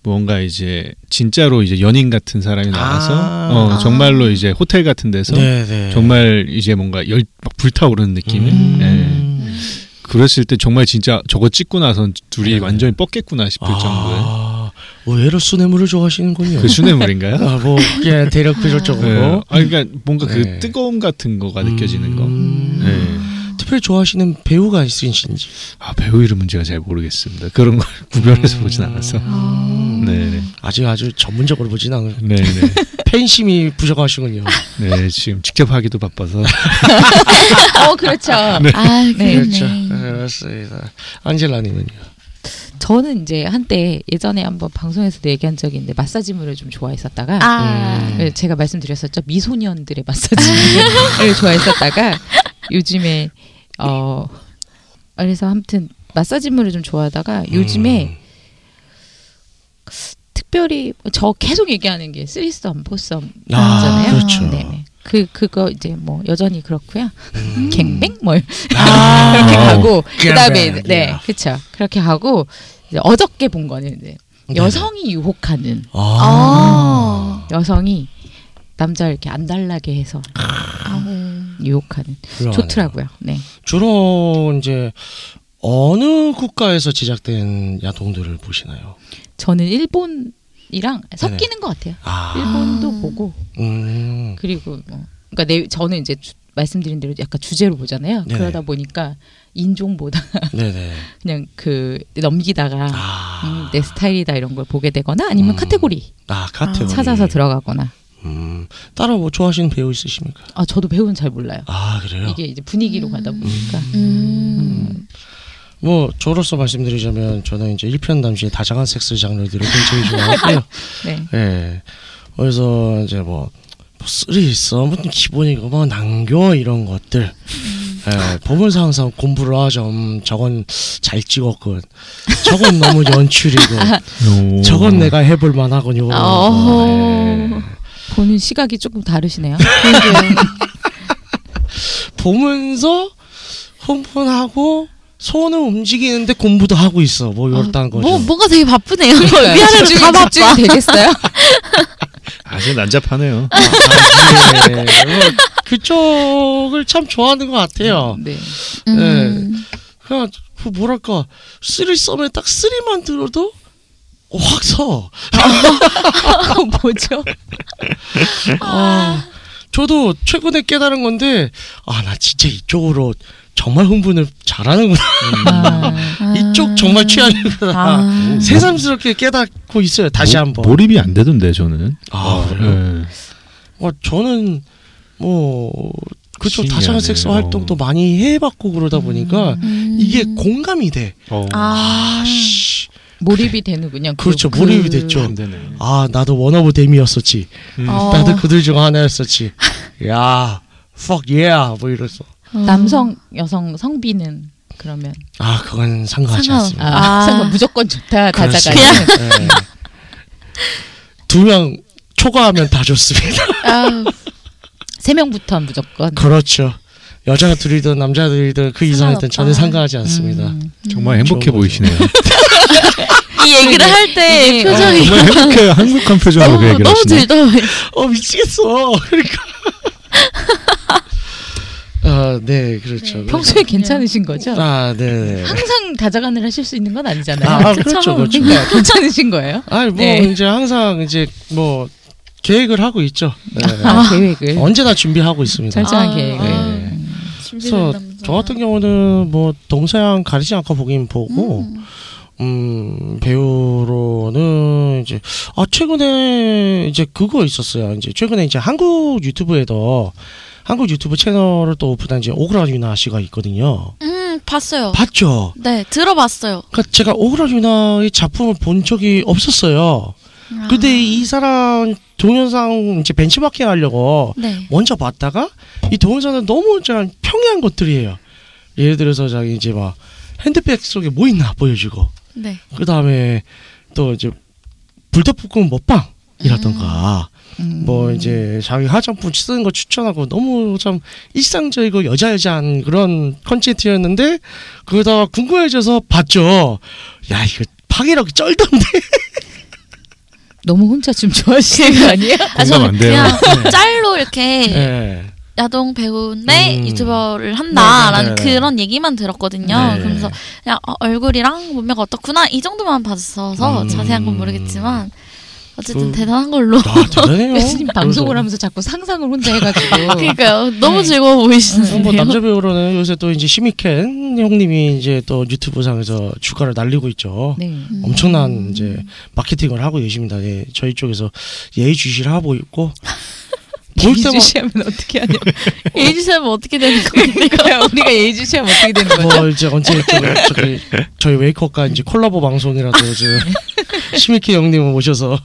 Speaker 8: 뭔가 이제 진짜로 이제 연인 같은 사람이 나와서
Speaker 9: 아.
Speaker 8: 어, 정말로 이제 호텔 같은 데서
Speaker 9: 네, 네.
Speaker 8: 정말 이제 뭔가 열, 막 불타오르는 느낌의
Speaker 9: 음.
Speaker 8: 예. 그랬을 때 정말 진짜 저거 찍고 나서 둘이
Speaker 9: 네, 네.
Speaker 8: 완전히 뻗겠구나 싶을 그 정도의
Speaker 9: 아, 의외로 수뇌물을 좋아하시는군요.
Speaker 8: 그 수뇌물인가요?
Speaker 9: 아, 뭐, 예, 대략 그럴 정도로.
Speaker 8: 네. 아, 그러니까 뭔가
Speaker 9: 네.
Speaker 8: 그 뜨거움 같은 거가 느껴지는 거.
Speaker 9: 음.
Speaker 8: 네.
Speaker 9: 특별히 좋아하시는 배우가 있으신지.
Speaker 8: 아, 배우 이름은 제가 잘 모르겠습니다. 그런 걸 구별해서 보진 않아서. 네,
Speaker 9: 아직 아주 전문적으로 보진 않아요.
Speaker 8: 네, 네.
Speaker 9: 팬심이 부족하시군요.
Speaker 8: 네, 지금 직접 하기도 바빠서.
Speaker 7: 어, 그렇죠.
Speaker 6: 아, 그렇네.
Speaker 9: 그렇죠. 네, 맞습니다. 안젤라님은요.
Speaker 7: 저는 이제 한때 예전에 한번 방송에서도 얘기한 적이 있는데 마사지물을 좀 좋아했었다가
Speaker 6: 아,
Speaker 9: 음.
Speaker 7: 예, 제가 말씀드렸었죠 미소년들의 마사지를 좋아했었다가 요즘에 어 그래서 아무튼 마사지물을 좀 좋아하다가
Speaker 9: 음.
Speaker 7: 요즘에 특별히 저 계속 얘기하는 게 쓰리썸 포썸
Speaker 9: 아,
Speaker 7: 하잖아요.
Speaker 9: 그렇죠.
Speaker 7: 네네. 그 그거 이제 뭐 여전히 그렇고요. 갱뱅 뭐
Speaker 9: 음. 아,
Speaker 7: 그렇게
Speaker 8: 아,
Speaker 7: 가고
Speaker 9: 갱뱅.
Speaker 7: 그다음에 이제- 네
Speaker 9: 예.
Speaker 7: 그렇죠. 그렇게 하고 이제 어저께 본 거는 이제 여성이 유혹하는
Speaker 6: 어. 아,
Speaker 7: 여성이 남자를 이렇게 안달나게 해서
Speaker 6: 아, 네. 음.
Speaker 7: 유혹하는
Speaker 9: 아, 훌륭하네요.
Speaker 7: 좋더라고요. 네.
Speaker 9: 주로 이제 어느 국가에서 제작된 야동들을 보시나요?
Speaker 7: 저는 일본이랑 섞이는 것 같아요.
Speaker 9: 아,
Speaker 7: 일본도 보고
Speaker 9: 음,
Speaker 7: 그리고 뭐 그러니까 내 저는 이제 주- 말씀드린 대로 약간 주제로 보잖아요.
Speaker 9: 네네.
Speaker 7: 그러다 보니까 인종보다
Speaker 9: 네네.
Speaker 7: 그냥 그 넘기다가
Speaker 9: 아,
Speaker 7: 음, 내 스타일이다 이런 걸 보게 되거나 아니면
Speaker 9: 음.
Speaker 7: 카테고리
Speaker 9: 아, 카테고리.
Speaker 7: 찾아서 들어가거나.
Speaker 9: 음, 따로 뭐 좋아하시는 배우 있으십니까?
Speaker 7: 아 저도 배우는 잘 몰라요.
Speaker 9: 아, 그래요? 음.
Speaker 7: 이게 이제 분위기로 가다 보니까
Speaker 6: 음.
Speaker 9: 뭐 저로서 말씀드리자면 저는 이제 일편단시에 다양한 섹스 장르들을 굉장히 좋아하고요.
Speaker 7: 네.
Speaker 9: 예. 그래서 이제 뭐, 뭐 쓰리썸, 뭐 기본이고 뭐 난교 이런 것들. 예, 보면서 항상 공부를 하죠. 음, 저건 잘 찍었군. 저건 너무 연출이고. 저건 내가 해볼 만하군요. 예.
Speaker 6: 어허.
Speaker 7: 보는 시각이 조금 다르시네요.
Speaker 9: 음. 보면서 흥분하고 손을 움직이는데 공부도 하고 있어. 뭐 이렇다는 거죠.
Speaker 6: 뭐 뭐가 되게 바쁘네요.
Speaker 7: 그러니까요.
Speaker 6: 위아래로
Speaker 7: 집중이-
Speaker 6: 다 바빠.
Speaker 7: 집중이 되겠어요?
Speaker 8: 아주 난잡하네요.
Speaker 9: 아, 예. 뭐 그쪽을 참 좋아하는 것 같아요.
Speaker 7: 네.
Speaker 6: 음.
Speaker 9: 그냥 그 뭐랄까 쓰리썸에 딱 쓰리만 들어도 확 서.
Speaker 7: 그거 뭐죠?
Speaker 9: 아, 저도 최근에 깨달은 건데 아 나 진짜 이쪽으로 정말 흥분을 잘하는구나.
Speaker 7: 아.
Speaker 9: 이쪽 정말 취하는구나.
Speaker 6: 아.
Speaker 8: 네.
Speaker 9: 새삼스럽게 깨닫고 있어요. 다시
Speaker 8: 모-
Speaker 9: 한번.
Speaker 8: 몰입이 안 되던데 저는.
Speaker 9: 아, 그래요?
Speaker 8: 예.
Speaker 9: 어, 저는 뭐 그쪽
Speaker 8: 신기하네.
Speaker 9: 다양한 섹스 활동도
Speaker 8: 어.
Speaker 9: 많이 해봤고 그러다 보니까
Speaker 6: 음.
Speaker 9: 이게 공감이 돼.
Speaker 8: 어,
Speaker 6: 아.
Speaker 9: 아씨.
Speaker 7: 몰입이 되는군요. 그-
Speaker 9: 그렇죠.
Speaker 7: 그-
Speaker 9: 몰입이 됐죠.
Speaker 8: 안 되네.
Speaker 9: 아 나도 원어브 데미였었지.
Speaker 6: 어.
Speaker 9: 나도 그들 중 하나였었지. 야, fuck yeah 뭐 이랬어.
Speaker 7: 남성, 여성, 성비는 그러면
Speaker 9: 아 그건 상관하지
Speaker 6: 상관-
Speaker 7: 아,
Speaker 9: 않습니다.
Speaker 6: 아.
Speaker 7: 상관 무조건 좋다 다자가
Speaker 9: 그렇습니다. 예. 두명 초과하면 다 좋습니다.
Speaker 6: 아,
Speaker 7: 세 명부터 무조건
Speaker 9: 그렇죠. 여자가 둘이든 남자들이든 그 이상이든 전혀 상관하지 않습니다.
Speaker 8: 정말 행복해
Speaker 9: 좋은 거죠.
Speaker 8: 보이시네요.
Speaker 6: 이 얘기를 할
Speaker 9: 네.
Speaker 6: 때
Speaker 9: 아,
Speaker 6: 표정이
Speaker 8: 정말 행복해 한국한 표정으로 그
Speaker 6: 너무
Speaker 8: 얘기를
Speaker 6: 너무
Speaker 8: 하시네.
Speaker 6: 들다.
Speaker 9: 어 미치겠어. 그러니까. 아, 네, 그렇죠. 그래서-
Speaker 7: 평소에 괜찮으신 거죠?
Speaker 9: 아, 네.
Speaker 7: 항상 다자간을 하실 수 있는 건 아니잖아요.
Speaker 9: 아, 그렇죠, 그렇죠.
Speaker 6: 네.
Speaker 7: 그러니까 괜찮으신 거예요?
Speaker 9: 아니 뭐
Speaker 7: 네.
Speaker 9: 이제 항상 이제 뭐 계획을 하고 있죠. 네.
Speaker 7: 아, 계획을
Speaker 9: 언제나 준비하고 있습니다.
Speaker 7: 철저한
Speaker 6: 아.
Speaker 7: 계획을.
Speaker 9: 네.
Speaker 6: 준비된 남자.
Speaker 9: 저 같은 경우는 뭐 동서양 가리지 않고 보긴 보고 음.
Speaker 6: 음.
Speaker 9: 배우로는 이제 아 최근에 이제 그거 있었어요. 이제 최근에 이제 한국 유튜브에도 한국 유튜브 채널을 또 오픈한 이제 오그라 유나 씨가 있거든요.
Speaker 6: 음, 봤어요.
Speaker 9: 봤죠?
Speaker 6: 네, 들어봤어요.
Speaker 9: 그러니까 제가 오그라 유나의 작품을 본 적이 없었어요.
Speaker 6: 아,
Speaker 9: 근데 이 사람 동영상 이제 벤치마킹 하려고
Speaker 6: 네.
Speaker 9: 먼저 봤다가 이 동영상은 너무 그냥 평이한 것들이에요. 예를 들어서 자기 이제 막 핸드백 속에 뭐 있나 보여주고
Speaker 6: 네.
Speaker 9: 그 다음에 또 이제 불닭볶음 먹방이라던가
Speaker 7: 음.
Speaker 9: 뭐 이제 자기 화장품 쓰는 거 추천하고 너무 참 일상적이고 여자여자한 그런 컨텐츠였는데 그러다가 궁금해져서 봤죠. 야 이거 파괴력 쩔던데.
Speaker 7: 너무 혼자 좀 좋아하시는 거 아니에요?
Speaker 6: 아, 저는
Speaker 8: 공감 안 돼요.
Speaker 6: 그냥
Speaker 9: 네.
Speaker 6: 짤로 이렇게
Speaker 9: 예.
Speaker 6: 야동 배우인데
Speaker 9: 음.
Speaker 6: 유튜버를 한다라는
Speaker 9: 네, 네, 네.
Speaker 6: 그런 얘기만 들었거든요.
Speaker 9: 네.
Speaker 6: 그래서 그냥 어, 얼굴이랑 몸매가 어떻구나 이 정도만 봤어서
Speaker 9: 음.
Speaker 6: 자세한 건 모르겠지만 어쨌든
Speaker 9: 그-
Speaker 6: 대단한 걸로.
Speaker 9: 아 대단해요.
Speaker 7: 교수님 방송을
Speaker 9: 그래서-
Speaker 7: 하면서 자꾸 상상을 혼자 해가지고
Speaker 6: 그러니까요. 너무
Speaker 7: 네.
Speaker 6: 즐거워
Speaker 9: 음, 뭐
Speaker 6: 보이시는데요.
Speaker 9: 남자 배우로는 요새 또 이제 시미켄 형님이 이제 또 유튜브상에서 주가를 날리고 있죠.
Speaker 7: 네.
Speaker 6: 음.
Speaker 9: 엄청난 이제 마케팅을 하고 계십니다. 예, 저희 쪽에서 예의주시를 하고 있고 볼 때마다
Speaker 7: 예의주시하면 어떻게 하냐?
Speaker 6: 예주쌤은 어떻게 되는 거예요?
Speaker 7: 그러니까 우리가 예의주시하면 어떻게 되는 거죠?
Speaker 9: 뭐 이제 언제 저- 저기 저희 웨이커가 이제 콜라보 방송이라도 이제 시미켄 형님을 모셔서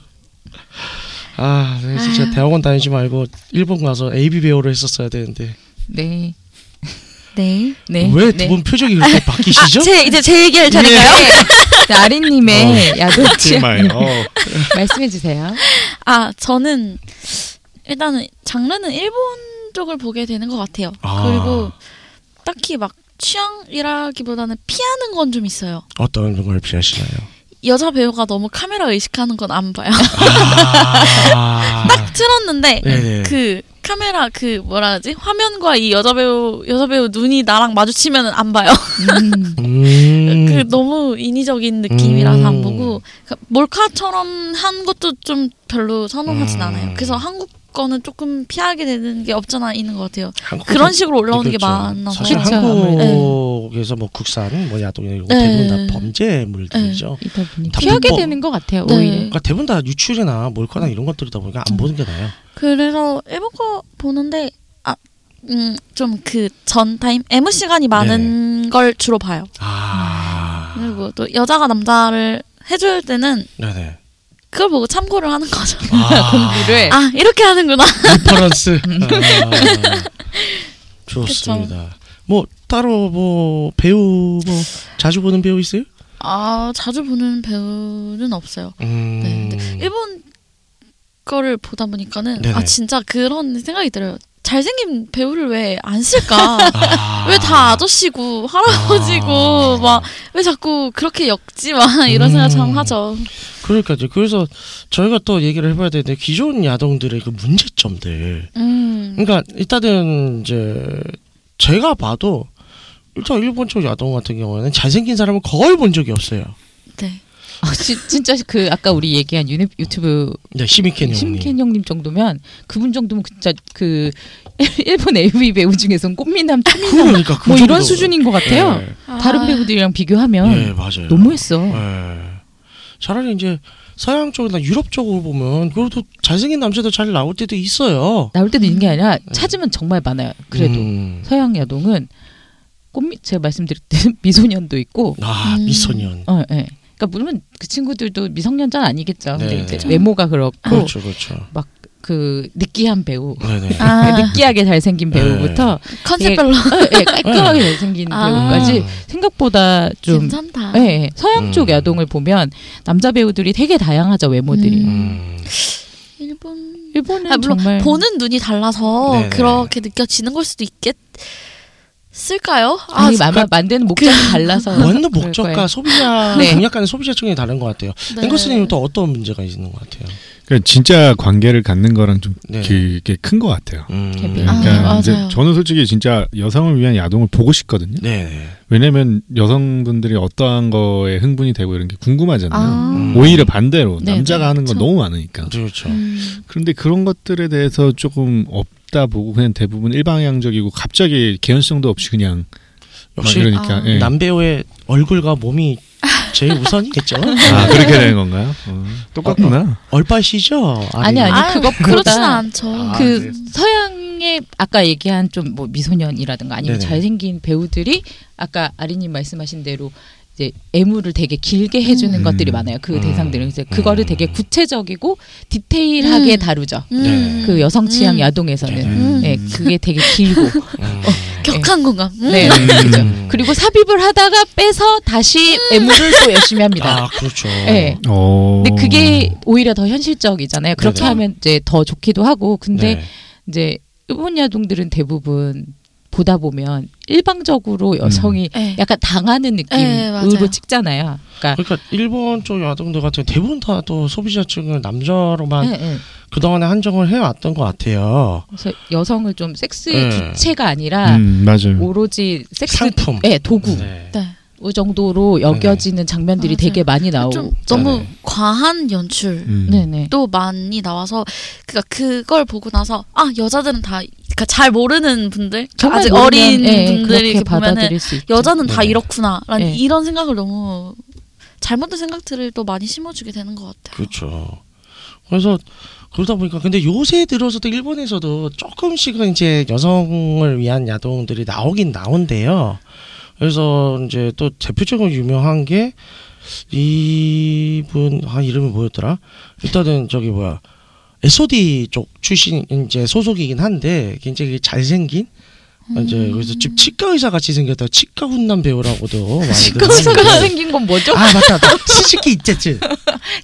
Speaker 9: 아 네, 진짜 대학원 다니지 말고 일본 가서 AB 배우를 했었어야 되는데
Speaker 7: 네.
Speaker 6: 네.
Speaker 7: 네.
Speaker 9: 왜 두
Speaker 7: 네.
Speaker 9: 분 표정이 그렇게
Speaker 6: 아,
Speaker 9: 바뀌시죠? 예.
Speaker 6: 제 이제 제 얘기할 차례인가요?
Speaker 7: 네. 아린님의 야동 취향
Speaker 8: TMI. 어.
Speaker 7: 말씀해 주세요.
Speaker 6: 아 저는 일단은 장르는 일본 쪽을 보게 되는 것 같아요.
Speaker 9: 아.
Speaker 6: 그리고 딱히 막 취향이라기보다는 피하는 건 좀 있어요.
Speaker 9: 어떤 걸 피하시나요?
Speaker 6: 여자 배우가 너무 카메라 의식하는 건 안 봐요.
Speaker 9: 아,
Speaker 6: 딱 틀었는데
Speaker 9: 네네.
Speaker 6: 그 카메라 그 뭐라 하지 화면과 이 여자 배우 여자 배우 눈이 나랑 마주치면은 안 봐요.
Speaker 7: 음.
Speaker 9: 음.
Speaker 6: 그 너무 인위적인 느낌이라서
Speaker 9: 음.
Speaker 6: 안 보고 그러니까 몰카처럼 한 것도 좀 별로 선호하진
Speaker 9: 음.
Speaker 6: 않아요. 그래서 한국 거는 조금 피하게 되는 게 없잖아 있는 것 같아요.
Speaker 9: 한국은
Speaker 6: 그런 식으로 올라오는 게
Speaker 9: 그렇죠.
Speaker 6: 많아서
Speaker 9: 사실
Speaker 7: 그렇죠.
Speaker 9: 한국에서 뭐 국산 뭐 야동 이런 거
Speaker 6: 네.
Speaker 9: 대부분 다 범죄물들이죠.
Speaker 7: 이다 보니
Speaker 9: 다
Speaker 7: 피하게
Speaker 9: 불법.
Speaker 7: 되는 것 같아요.
Speaker 6: 네.
Speaker 7: 오히려.
Speaker 9: 그러니까 대부분 다 유출이나 몰카나 이런 것들이다 보니까
Speaker 6: 음.
Speaker 9: 안 보는 게 나요.
Speaker 6: 그래서 일본 거 보는데 아, 음, 좀 그 전 타임 M 시간이 많은 걸 주로 봐요.
Speaker 9: 네. 아,
Speaker 6: 그리고 또 여자가 남자를 해줄 때는
Speaker 9: 음. 네네.
Speaker 6: 그걸 보고 참고를 하는 거죠.
Speaker 7: 공부를
Speaker 6: 아 이렇게 하는구나.
Speaker 9: 리퍼런스. 아, 좋습니다.
Speaker 6: 그렇죠.
Speaker 9: 뭐 따로 뭐 배우 뭐 자주 보는 배우 있어요?
Speaker 6: 아 자주 보는 배우는 없어요.
Speaker 9: 음,
Speaker 6: 네, 근데 일본 거를 보다 보니까는
Speaker 9: 네네.
Speaker 6: 아 진짜 그런 생각이 들어요. 잘생긴 배우를 왜 안 쓸까?
Speaker 9: 아.
Speaker 6: 왜 다 아저씨고 할아버지고 막 왜 자꾸 그렇게 역지만 이런 생각
Speaker 9: 음.
Speaker 6: 참 하죠.
Speaker 9: 그러니까요. 그래서 저희가 또 얘기를 해봐야 되는데 기존 야동들의 그 문제점들
Speaker 6: 음.
Speaker 9: 그러니까 일단은 이제 제가 봐도 일단 일본 쪽 야동 같은 경우에는 잘생긴 사람은 거의 본 적이 없어요.
Speaker 6: 네.
Speaker 7: 아, 지, 진짜 그 아까 우리 얘기한 유니, 유튜브
Speaker 9: 네, 시미켄 형님.
Speaker 7: 심켄 형님 정도면 그분 정도면 진짜 그 일본 AV 배우 중에선 꽃미남 초미남
Speaker 9: 그러니까 그
Speaker 7: 뭐 이런
Speaker 9: 정도.
Speaker 7: 수준인 것 같아요.
Speaker 9: 예,
Speaker 7: 다른 배우들이랑 비교하면
Speaker 9: 예, 맞아요.
Speaker 7: 너무했어.
Speaker 9: 예. 차라리 이제 서양 쪽이나 유럽 쪽으로 보면 그래도 잘생긴 남자도 잘 나올 때도 있어요.
Speaker 7: 나올 때도 있는 게 아니라
Speaker 9: 예.
Speaker 7: 찾으면 정말 많아요. 그래도
Speaker 9: 음.
Speaker 7: 서양 야동은 꽃미 제가 말씀드렸듯 미소년도 있고
Speaker 9: 아
Speaker 6: 음.
Speaker 9: 미소년.
Speaker 7: 어, 예. 그러니까 물론 그 친구들도 미성년자는 아니겠죠.
Speaker 9: 네,
Speaker 7: 근데 이제
Speaker 9: 그렇죠.
Speaker 7: 외모가 그렇고
Speaker 9: 그렇죠, 그렇죠.
Speaker 7: 그 느끼한 배우, 그
Speaker 9: 네네.
Speaker 6: 아,
Speaker 7: 느끼하게 잘생긴
Speaker 9: 네.
Speaker 7: 배우부터 어,
Speaker 6: 컨셉별로
Speaker 7: 예, 깔끔하게 잘생긴
Speaker 6: 아.
Speaker 7: 배우까지 생각보다 좀
Speaker 6: 괜찮다.
Speaker 7: 예, 예. 서양 쪽
Speaker 9: 음.
Speaker 7: 야동을 보면 남자 배우들이 되게 다양하죠 외모들이.
Speaker 6: 음.
Speaker 9: 음.
Speaker 6: 일본
Speaker 7: 일본은
Speaker 6: 아, 물론
Speaker 7: 정말
Speaker 6: 보는 눈이 달라서
Speaker 9: 네네.
Speaker 6: 그렇게 느껴지는 걸 수도 있겠을까요? 아, 그
Speaker 7: 아니 아마 만드는 목적이 달라서
Speaker 9: 원래
Speaker 7: 음. 그럴 거예요.
Speaker 9: 목적과 소비자
Speaker 7: 네.
Speaker 9: 공략가는 소비자 쪽이 다른 것 같아요.
Speaker 6: 네.
Speaker 9: 앵커스님은 또 어떤 문제가 있는 것 같아요?
Speaker 8: 그러니까 진짜 관계를 갖는 거랑 좀
Speaker 9: 네.
Speaker 8: 그게 큰 것 같아요.
Speaker 9: 음,
Speaker 7: 개별. 아,
Speaker 8: 그러니까
Speaker 6: 맞아요.
Speaker 8: 이제 저는 솔직히 진짜 여성을 위한 야동을 보고 싶거든요.
Speaker 9: 네, 네.
Speaker 8: 왜냐면 여성분들이 어떠한 거에 흥분이 되고 이런 게 궁금하잖아요.
Speaker 6: 아.
Speaker 9: 음.
Speaker 8: 오히려 반대로
Speaker 6: 네,
Speaker 8: 남자가
Speaker 6: 네,
Speaker 8: 하는 건
Speaker 6: 그쵸.
Speaker 8: 너무 많으니까.
Speaker 9: 그렇죠.
Speaker 6: 음.
Speaker 8: 그런데 그런 것들에 대해서 조금 없다 보고 그냥 대부분 일방향적이고 갑자기 개연성도 없이 그냥 막
Speaker 9: 역시
Speaker 8: 이러니까
Speaker 6: 아.
Speaker 8: 예.
Speaker 9: 남배우의 얼굴과 몸이 제일 우선이겠죠.
Speaker 8: 아, 그렇게 되는 건가요? 어, 똑같구나.
Speaker 9: 얼빠시죠?
Speaker 7: 아니 아니
Speaker 6: 아유, 그렇진
Speaker 7: 그것보다
Speaker 6: 않죠.
Speaker 9: 아,
Speaker 7: 그
Speaker 9: 네.
Speaker 7: 서양의 아까 얘기한 좀 뭐 미소년이라든가 아니면
Speaker 9: 네네.
Speaker 7: 잘생긴 배우들이 아까 아리님 말씀하신 대로 이제 애무를 되게 길게 해주는
Speaker 8: 음.
Speaker 7: 것들이 많아요. 그
Speaker 9: 음.
Speaker 7: 대상들은 이제 그거를
Speaker 9: 음.
Speaker 7: 되게 구체적이고 디테일하게
Speaker 6: 음.
Speaker 7: 다루죠.
Speaker 9: 네.
Speaker 7: 그 여성 취향
Speaker 6: 음.
Speaker 7: 야동에서는
Speaker 6: 음.
Speaker 7: 예, 그게 되게 길고
Speaker 9: 음.
Speaker 7: 예.
Speaker 6: 격한 공감. 음.
Speaker 7: 네 그죠.
Speaker 9: 음.
Speaker 7: 그리고 삽입을 하다가 빼서 다시
Speaker 6: 음.
Speaker 7: 애무를 또 열심히 합니다.
Speaker 9: 아, 그렇죠.
Speaker 7: 예.
Speaker 8: 어.
Speaker 7: 근데 그게 오히려 더 현실적이잖아요. 그렇게
Speaker 9: 네네.
Speaker 7: 하면 이제 더 좋기도 하고 근데
Speaker 9: 그렇죠. 네.
Speaker 7: 이제 일본 야동들은 대부분 보다 보면 일방적으로 여성이
Speaker 6: 네.
Speaker 7: 약간 당하는
Speaker 6: 네, 맞아요.
Speaker 7: 느낌으로 찍잖아요. 그러니까
Speaker 9: 그러니까 일본 쪽 야동들 같은 경우 대부분 다 또 소비자층을 남자로만
Speaker 7: 예, 예.
Speaker 9: 그동안에 한정을 해왔던 것 같아요.
Speaker 7: 그래서 여성을 좀 섹스의
Speaker 9: 네.
Speaker 7: 주체가 아니라
Speaker 8: 음, 맞아요.
Speaker 7: 오로지 섹스
Speaker 9: 상품.
Speaker 7: 예, 도구
Speaker 9: 네.
Speaker 6: 네.
Speaker 7: 정도로 여겨지는
Speaker 6: 맞아요.
Speaker 7: 장면들이 되게 많이 나오고
Speaker 6: 좀 너무
Speaker 9: 네.
Speaker 6: 과한 연출.
Speaker 8: 음.
Speaker 7: 네네.
Speaker 6: 도 많이 나와서 그러니까 그니까 그걸 보고 나서 아 여자들은 다 그러니까 잘 모르는 분들
Speaker 7: 정말
Speaker 6: 아직
Speaker 7: 모르면,
Speaker 6: 어린
Speaker 7: 예,
Speaker 6: 분들이
Speaker 7: 그렇게
Speaker 6: 이렇게 보면은
Speaker 7: 받아들일 수 있죠.
Speaker 6: 여자는 다
Speaker 9: 네네.
Speaker 6: 이렇구나라는
Speaker 7: 네.
Speaker 6: 이런 생각을 너무 잘못된 생각들을 또 많이 심어주게 되는 것 같아요.
Speaker 9: 그렇죠. 그래서 그러다 보니까 근데 요새 들어서도 일본에서도 조금씩은 이제 여성을 위한 야동들이 나오긴 나온대요. 그래서 이제 또 대표적으로 유명한 게 이분 아 이름이 뭐였더라? 일단은 저기 뭐야 SOD 쪽 출신 이제 소속이긴 한데 굉장히 잘생긴 아,
Speaker 7: 음.
Speaker 9: 이제 그래서 집 치과 의사 같이 생겼다 치과 훈남 배우라고도
Speaker 7: 네.
Speaker 9: 많이들 하는데.
Speaker 7: 치과가 생긴 건 뭐죠?
Speaker 9: 아 맞다 스즈키 이제츠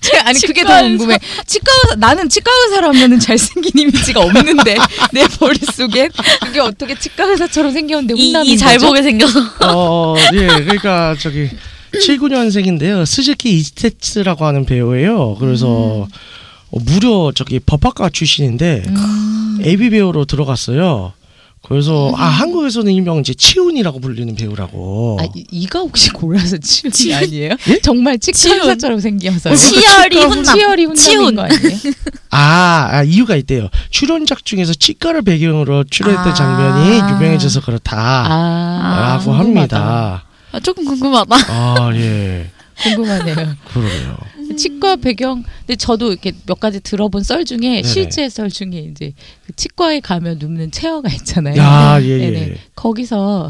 Speaker 7: 제- 아니 그게 더
Speaker 6: 치과에서-
Speaker 7: 궁금해. 치과 의사- 나는 치과 의사라면은 잘생긴 이미지가 없는데 내 머릿속에 그게 어떻게 치과 의사처럼 생겼는데 혼나는
Speaker 6: 이 잘
Speaker 7: 거죠?
Speaker 6: 보게 생겨서
Speaker 9: 어, 예, 그러니까 저기 79년생인데요. 스즈키 이테츠라고 하는 배우예요. 그래서 어, 무려 저기 법학과 출신인데
Speaker 7: 음.
Speaker 9: AV 배우로 들어갔어요. 그래서
Speaker 7: 음.
Speaker 9: 아 한국에서는 일명 이제 치훈이라고 불리는 배우라고.
Speaker 7: 아, 이- 이가 혹시 골라서 치운이 아니에요?
Speaker 9: 예?
Speaker 7: 정말 치과
Speaker 6: 치운.
Speaker 7: 의사처럼 생겨서
Speaker 6: 어, 치열이 혼남.
Speaker 7: 치열이 혼남인
Speaker 6: 치운.
Speaker 7: 거 아니에요?
Speaker 9: 아, 아, 이유가 있대요. 출연작 중에서 치과를 배경으로 출연했던
Speaker 6: 아.
Speaker 9: 장면이 유명해져서 그렇다라고
Speaker 7: 아,
Speaker 9: 합니다.
Speaker 6: 아, 조금 궁금하다.
Speaker 9: 아 예,
Speaker 7: 궁금하네요.
Speaker 9: 그러네요.
Speaker 7: 치과 배경. 근데 저도 이렇게 몇 가지 들어본 썰 중에
Speaker 9: 네네.
Speaker 7: 실제 썰 중에 이제 그 치과에 가면 눕는 체어가 있잖아요.
Speaker 9: 야, 예,
Speaker 7: 네네.
Speaker 9: 예.
Speaker 7: 거기서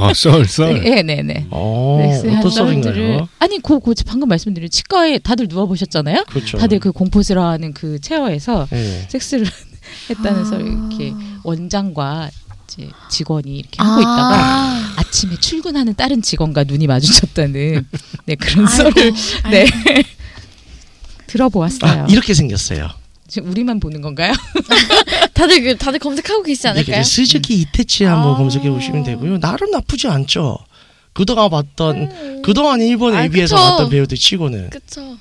Speaker 8: 아, 썰, 썰.
Speaker 7: 예, 네, 네.
Speaker 9: 어,
Speaker 7: 섹스한
Speaker 9: 어떤
Speaker 7: 사람들을
Speaker 9: 썰인가요?
Speaker 7: 아니 그, 그 방금 말씀드린 치과에 다들 누워 보셨잖아요.
Speaker 9: 그렇죠.
Speaker 7: 다들 그 공포스러워하는 그 체어에서
Speaker 9: 예.
Speaker 7: 섹스를 했다는 썰 이렇게 원장과 이제 직원이 이렇게 하고 있다가
Speaker 6: 아.
Speaker 7: 아침에 출근하는 다른 직원과 눈이 마주쳤다는 네 그런 썰을
Speaker 6: 아이고,
Speaker 7: 네.
Speaker 6: 아이고.
Speaker 7: 들어보았어요.
Speaker 9: 아, 이렇게 생겼어요.
Speaker 7: 지금 우리만 보는 건가요?
Speaker 6: 다들 그 다들 검색하고 계시지
Speaker 9: 이게
Speaker 6: 않을까요?
Speaker 9: 이제 스즈키 이테치 한번
Speaker 6: 아.
Speaker 9: 검색해 보시면 되고요. 나름 나쁘지 않죠. 그동안 봤던 그동안 일본
Speaker 6: 아,
Speaker 9: AB에서
Speaker 6: 그쵸.
Speaker 9: 봤던 배우들 치고는
Speaker 6: 그쵸.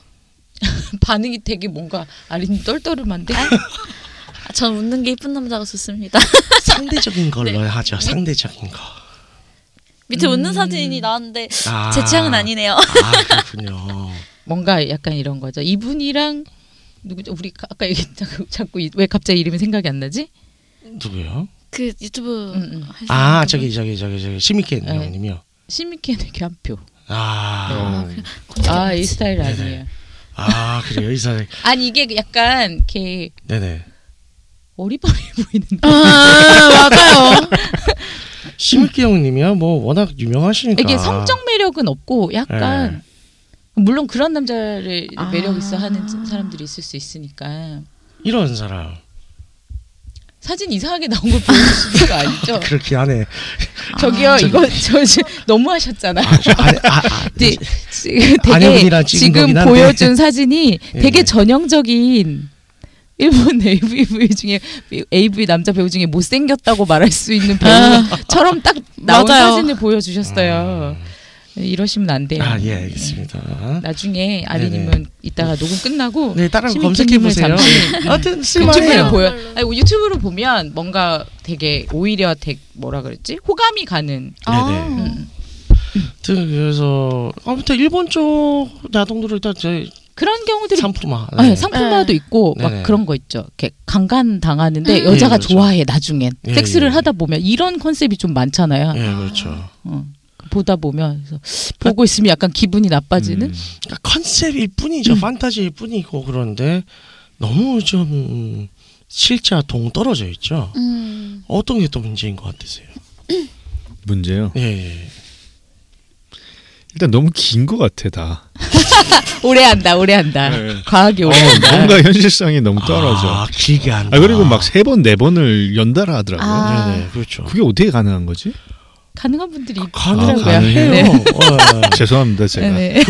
Speaker 7: 반응이 되게 뭔가 아린 떨떠름한데
Speaker 6: 아, 전 웃는 게 이쁜 남자가 좋습니다.
Speaker 9: 상대적인 걸로 하죠. 상대적인 거.
Speaker 6: 밑에 웃는 사진이 나왔는데
Speaker 9: 아.
Speaker 6: 제 취향은 아니네요.
Speaker 9: 아 그렇군요.
Speaker 7: 뭔가 약간 이런 거죠. 이분이랑 누구죠? 우리 아까 얘기했다 자꾸 이- 왜 갑자기 이름이 생각이 안 나지?
Speaker 9: 누구요?
Speaker 6: 그 유튜브
Speaker 7: 음, 음.
Speaker 6: 하시는
Speaker 9: 아
Speaker 6: 분.
Speaker 9: 저기 저기 저기 저기 시미켄
Speaker 7: 네.
Speaker 9: 형님이요.
Speaker 7: 시민캔의 교환표.
Speaker 9: 아,
Speaker 7: 아 이 스타일 아니에요.
Speaker 9: 네네. 아 그래요 이사.
Speaker 7: 아니 이게 약간 이렇게
Speaker 9: 네네.
Speaker 7: 어리버리 보이는. 그러니까.
Speaker 6: 아 맞아요.
Speaker 9: 시미켄 형님이야 뭐 워낙 유명하시니까. 네.
Speaker 7: 이게 성적 매력은 없고 약간 물론 그런 남자를
Speaker 6: 아.
Speaker 7: 매력 있어 하는 사람들이 있을 수 있으니까
Speaker 9: 이런 사람 사진
Speaker 7: 이상하게 나온 걸 보여주시는 거 아니죠?
Speaker 9: 그렇게 하네.
Speaker 7: 아, 저기요 이거 저 지금 너무 하셨잖아요.
Speaker 9: 아, 저- 아, 아, 아,
Speaker 7: 네, 지금 되게
Speaker 9: 아내분이랑 찍은
Speaker 7: 지금
Speaker 9: 거긴 한데.
Speaker 7: 보여준 사진이
Speaker 9: 예.
Speaker 7: 되게 전형적인 일본 AV 배우 중에 AV 남자 배우 중에
Speaker 9: 아.
Speaker 7: 못생겼다고 말할 수 있는 배우처럼 딱 나온
Speaker 6: 맞아요.
Speaker 7: 사진을 보여주셨어요. 네, 이러시면 안 돼요.
Speaker 9: 아, 예, 알겠습니다.
Speaker 7: 나중에 아리님은 이따가 녹음 끝나고
Speaker 9: 네, 다른
Speaker 7: 시민
Speaker 9: 검색해 보세요. 네.
Speaker 7: 기능을 잠시- 그
Speaker 9: 아무튼
Speaker 7: 유튜브에
Speaker 9: 쓸만해요.
Speaker 7: 보여. 아니, 뭐 유튜브로 보면 뭔가 되게 오히려 되 뭐라 그랬지? 호감이 가는.
Speaker 9: 네네.
Speaker 7: 음.
Speaker 9: 아. 아무튼 그래서 아무튼 일본 쪽 야동들을 일단 제
Speaker 7: 그런 경우들이
Speaker 9: 상품화.
Speaker 7: 아, 예, 상품화도
Speaker 3: 네.
Speaker 7: 있고
Speaker 9: 네네.
Speaker 7: 막 그런 거 있죠. 이렇게 강간 당하는데
Speaker 3: 음.
Speaker 7: 여자가
Speaker 9: 예, 그렇죠.
Speaker 7: 좋아해 나중엔
Speaker 9: 예,
Speaker 7: 섹스를
Speaker 9: 예, 예.
Speaker 7: 하다 보면 이런 컨셉이 좀 많잖아요.
Speaker 9: 예, 그렇죠.
Speaker 7: 어, 보다 보면 그래서 보고 있으면 약간 기분이 나빠지는.
Speaker 8: 음.
Speaker 9: 그러니까 컨셉일 뿐이죠.
Speaker 7: 음.
Speaker 9: 판타지일 뿐이고 그런데 너무 좀 실제와 동떨어져 있죠.
Speaker 10: 음.
Speaker 9: 어떤 게 또 문제인 것 같으세요?
Speaker 8: 문제요.
Speaker 9: 예, 예.
Speaker 8: 일단 너무 긴 것 같아 다.
Speaker 7: 오래 한다, 오래 한다.
Speaker 8: 네.
Speaker 7: 과하게
Speaker 8: 어,
Speaker 7: 오래 한다.
Speaker 8: 뭔가 현실성이 너무 떨어져.
Speaker 9: 아,
Speaker 8: 아,
Speaker 9: 길게 한다.
Speaker 8: 그리고 막 세 번 네 번을 연달아 하더라고요.
Speaker 10: 아.
Speaker 9: 네네, 그렇죠.
Speaker 8: 그게 어떻게 가능한 거지?
Speaker 7: 가능한 분들이
Speaker 9: 가능한
Speaker 7: 있더라고요.
Speaker 9: 거야. 해요.
Speaker 7: 네.
Speaker 9: 어,
Speaker 8: 죄송합니다 제가.
Speaker 7: 네네.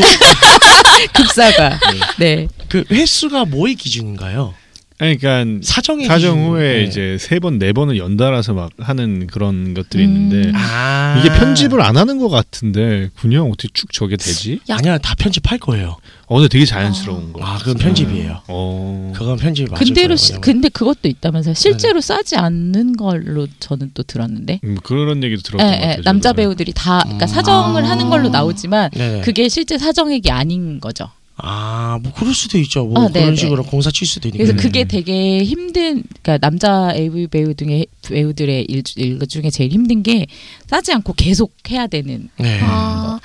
Speaker 7: 급사가. 네.
Speaker 9: 그 횟수가 뭐의 기준인가요?
Speaker 8: 아니, 그러니까
Speaker 9: 사정의
Speaker 8: 사정
Speaker 9: 기준.
Speaker 8: 후에
Speaker 9: 네.
Speaker 8: 이제 세 번 네 번을 연달아서 막 하는 그런 것들이
Speaker 7: 음.
Speaker 8: 있는데
Speaker 9: 아.
Speaker 8: 이게 편집을 안 하는 것 같은데 그냥 어떻게 쭉 저게 되지?
Speaker 9: 아니야 다 편집할 거예요.
Speaker 8: 어, 근데 되게 자연스러운 거.
Speaker 9: 아 그건 편집이에요.
Speaker 8: 어.
Speaker 9: 그건 편집 맞을
Speaker 7: 근데로
Speaker 9: 거예요.
Speaker 7: 시,
Speaker 9: 왜냐면.
Speaker 7: 근데 그것도 있다면서
Speaker 9: 네.
Speaker 7: 실제로 싸지 않는 걸로 저는 또 들었는데.
Speaker 8: 음, 그런 얘기도
Speaker 7: 예,
Speaker 8: 들었던 것
Speaker 7: 예,
Speaker 8: 같아요.
Speaker 7: 남자
Speaker 8: 저는.
Speaker 7: 배우들이 다 그러니까
Speaker 9: 그렇죠, 음.
Speaker 7: 사정을
Speaker 9: 아.
Speaker 7: 하는 걸로 나오지만
Speaker 9: 네네.
Speaker 7: 그게 실제 사정액이 아닌 거죠.
Speaker 9: 아뭐 그럴 수도 있죠. 뭐
Speaker 7: 아, 네,
Speaker 9: 그런
Speaker 7: 네.
Speaker 9: 식으로 공사 칠 수도 있니까.
Speaker 7: 그래서 그게 되게 힘든 그러니까 남자 AV 배우 중에 배우들의 일, 주- 일 중에 제일 힘든 게 싸지 않고 계속 해야 되는
Speaker 9: 네
Speaker 10: 아,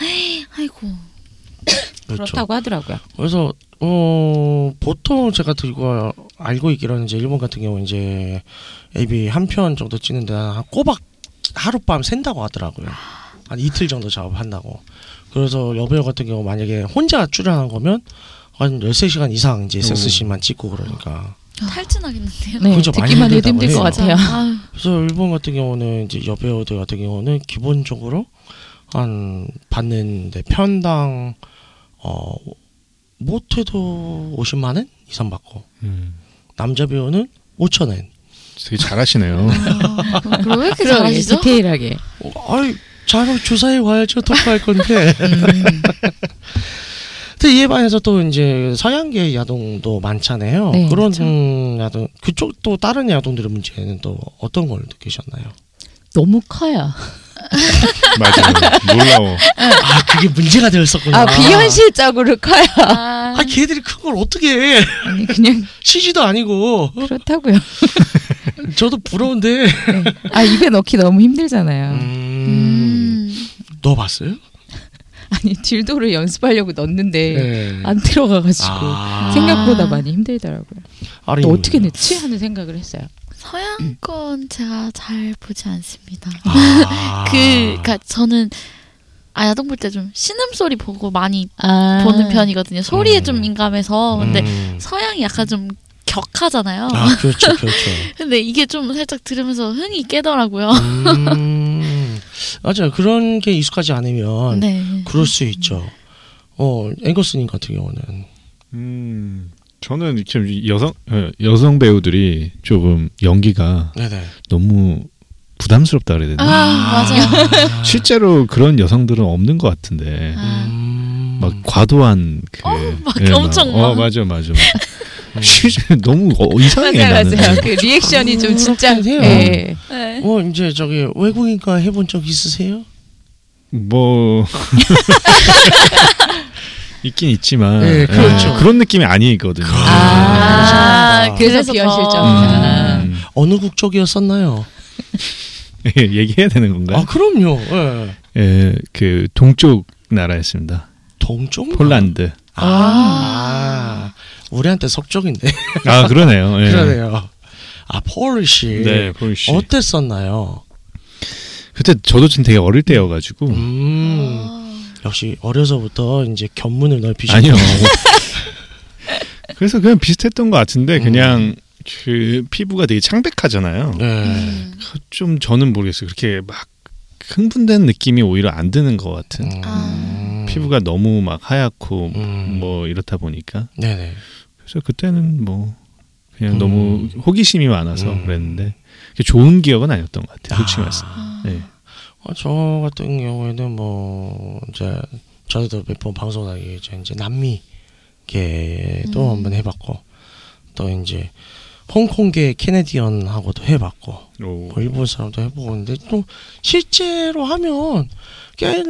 Speaker 10: 아이고.
Speaker 9: 그렇죠.
Speaker 7: 그렇다고 하더라고요.
Speaker 9: 그래서 어 보통 제가 들고 알고 있기로는 이제 일본 같은 경우 이제 AB 한 편 정도 찍는데 한 꼬박 하룻밤 샌다고 하더라고요. 한 이틀 정도 작업한다고. 그래서 여배우 같은 경우 만약에 혼자 출연한 거면 한 13시간 이상 이제 섹스씬만 찍고 그러니까.
Speaker 10: 탈진하겠는데요.
Speaker 7: 네,
Speaker 9: 그죠, 많이
Speaker 7: 듣기만 해도
Speaker 9: 힘들다고
Speaker 7: 힘들 것
Speaker 9: 해요.
Speaker 7: 같아요.
Speaker 10: 아유,
Speaker 9: 그래서 일본 같은 경우는 이제 여배우들 같은 경우는 기본적으로 한 받는데 편당 어 못해도 50만 원 이상 받고
Speaker 8: 음,
Speaker 9: 남자 배우는 5천 원.
Speaker 8: 되게 잘하시네요.
Speaker 10: 그럼 왜 이렇게
Speaker 7: 그러게,
Speaker 10: 잘하시죠?
Speaker 7: 디테일하게.
Speaker 9: 어, 아이 자료 조사해 와야죠 토크할 건데. 근데 이에 반해서 또 이제 서양계 야동도 많잖아요.
Speaker 7: 네,
Speaker 9: 그런 음, 야동 그쪽 또 다른 야동들의 문제는 또 어떤 걸 느끼셨나요?
Speaker 7: 너무 커요.
Speaker 8: 맞아요. 놀라워.
Speaker 9: 아 그게 문제가 되었었구나.
Speaker 7: 아, 비현실적으로 커요.
Speaker 10: 아,
Speaker 9: 아 걔들이 큰 걸 어떻게 해?
Speaker 7: 아니 그냥
Speaker 9: CG도 아니고
Speaker 7: 그렇다고요.
Speaker 9: 저도 부러운데.
Speaker 7: 아 입에 넣기 너무 힘들잖아요.
Speaker 10: 음.
Speaker 9: 너 봤어요?
Speaker 7: 아니 딜도를 연습하려고 넣었는데
Speaker 9: 네.
Speaker 7: 안 들어가가지고
Speaker 9: 아.
Speaker 7: 생각보다 많이 힘들더라고요.
Speaker 9: 아니,
Speaker 7: 그, 또 어떻게 넣지 하는 생각을 했어요.
Speaker 10: 서양 건 제가 잘 보지 않습니다.
Speaker 9: 아.
Speaker 10: 그, 그니까 저는 아, 야동 볼 때 좀 신음소리 보고 많이
Speaker 7: 아.
Speaker 10: 보는 편이거든요. 소리에
Speaker 9: 음.
Speaker 10: 좀 민감해서. 근데
Speaker 9: 음.
Speaker 10: 서양이 약간 좀 격하잖아요.
Speaker 9: 아 그렇죠 그렇죠.
Speaker 10: 근데 이게 좀 살짝 들으면서 흥이 깨더라고요.
Speaker 9: 음. 맞아요 그런 게 익숙하지 않으면
Speaker 10: 네.
Speaker 9: 그럴 수 있죠. 어 앵거스님 같은 경우는
Speaker 8: 음, 저는 지금 여성 예, 여성 배우들이 조금 연기가
Speaker 9: 네네.
Speaker 8: 너무 부담스럽다 그래야 되나?
Speaker 10: 아, 맞아요.
Speaker 8: 실제로 그런 여성들은 없는 것
Speaker 6: 음.
Speaker 8: 같은데
Speaker 10: 아,
Speaker 9: 음.
Speaker 8: 막 과도한 그
Speaker 10: 어, 막 엄청
Speaker 8: 막, 어
Speaker 10: 막.
Speaker 8: 맞아 맞아 실제 너무 어, 이상해
Speaker 7: 맞아요,
Speaker 8: 나는
Speaker 7: 맞아요. 그 리액션이 좀 진짜.
Speaker 9: 네, 음, 그렇긴 해요.
Speaker 7: 예.
Speaker 10: 네.
Speaker 9: 어 이제 저기 외국인과 해본 적 있으세요?
Speaker 8: 뭐 있긴 있지만
Speaker 9: 예,
Speaker 8: 예,
Speaker 9: 그렇죠.
Speaker 8: 그런 느낌이 아니거든요
Speaker 7: 아,
Speaker 10: 아,
Speaker 7: 그래서
Speaker 10: 그래서
Speaker 7: 비현실적이구나.
Speaker 8: 음,
Speaker 9: 어느 국적이었었나요?
Speaker 8: 예, 얘기해야 되는 건가요?
Speaker 9: 아 그럼요. 예.
Speaker 8: 예, 그 동쪽 나라였습니다.
Speaker 9: 동쪽
Speaker 8: 폴란드.
Speaker 9: 아, 우리한테 석쪽인데.
Speaker 8: 아 그러네요. 예.
Speaker 9: 그러네요. 아, 폴리시.
Speaker 8: 네, 보이시.
Speaker 9: 어땠었나요?
Speaker 8: 그때 저도 지금 되게 어릴 때여가지고
Speaker 9: 음, 역시 어려서부터 이제 견문을 넓히시고.
Speaker 8: 아니요. 그래서 그냥 비슷했던 것 같은데 그냥 그 피부가 되게 창백하잖아요.
Speaker 9: 네.
Speaker 8: 좀 저는 모르겠어요. 그렇게 막 흥분된 느낌이 오히려 안 드는 것 같은.
Speaker 9: 음.
Speaker 8: 피부가 너무 막 하얗고
Speaker 9: 음.
Speaker 8: 뭐 이렇다 보니까
Speaker 9: 네네.
Speaker 8: 그래서 그때는 뭐 그냥
Speaker 9: 음.
Speaker 8: 너무 호기심이 많아서
Speaker 9: 음.
Speaker 8: 그랬는데 그게 좋은 기억은 아니었던 것 같아요. 솔직히 말씀.
Speaker 9: 아,
Speaker 8: 네.
Speaker 9: 어, 저 같은 경우에는 뭐 이제 저도 몇 번 방송하기 이제 이제 남미계도
Speaker 6: 음.
Speaker 9: 한번 해봤고 또 이제 홍콩계 캐네디언하고도 해봤고
Speaker 8: 오.
Speaker 9: 뭐 일본 사람도 해보고 근데 또 실제로 하면 꽤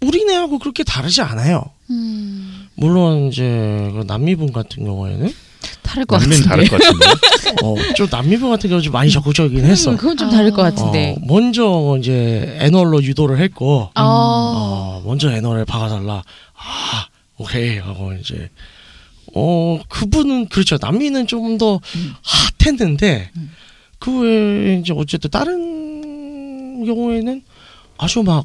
Speaker 9: 우리네하고 그렇게 다르지 않아요.
Speaker 6: 음.
Speaker 9: 물론 이제 그 남미분 같은 경우에는
Speaker 7: 다를 것
Speaker 8: 남미는
Speaker 7: 같은데.
Speaker 8: 다를 것 같은데.
Speaker 9: 어, 좀 남미분 같은 경우 좀 많이 적극적이긴 했어.
Speaker 7: 음, 네. 그건 좀 다를 것
Speaker 6: 아.
Speaker 9: 어,
Speaker 7: 같은데.
Speaker 9: 먼저 이제 애널로 유도를 했고
Speaker 6: 어.
Speaker 9: 어, 먼저 애널을 박아달라. 아, 오케이 하고 이제 어 그분은 그렇죠. 남미는 좀 더 핫했는데 그 외에 이제 어쨌든 다른 경우에는 아주 막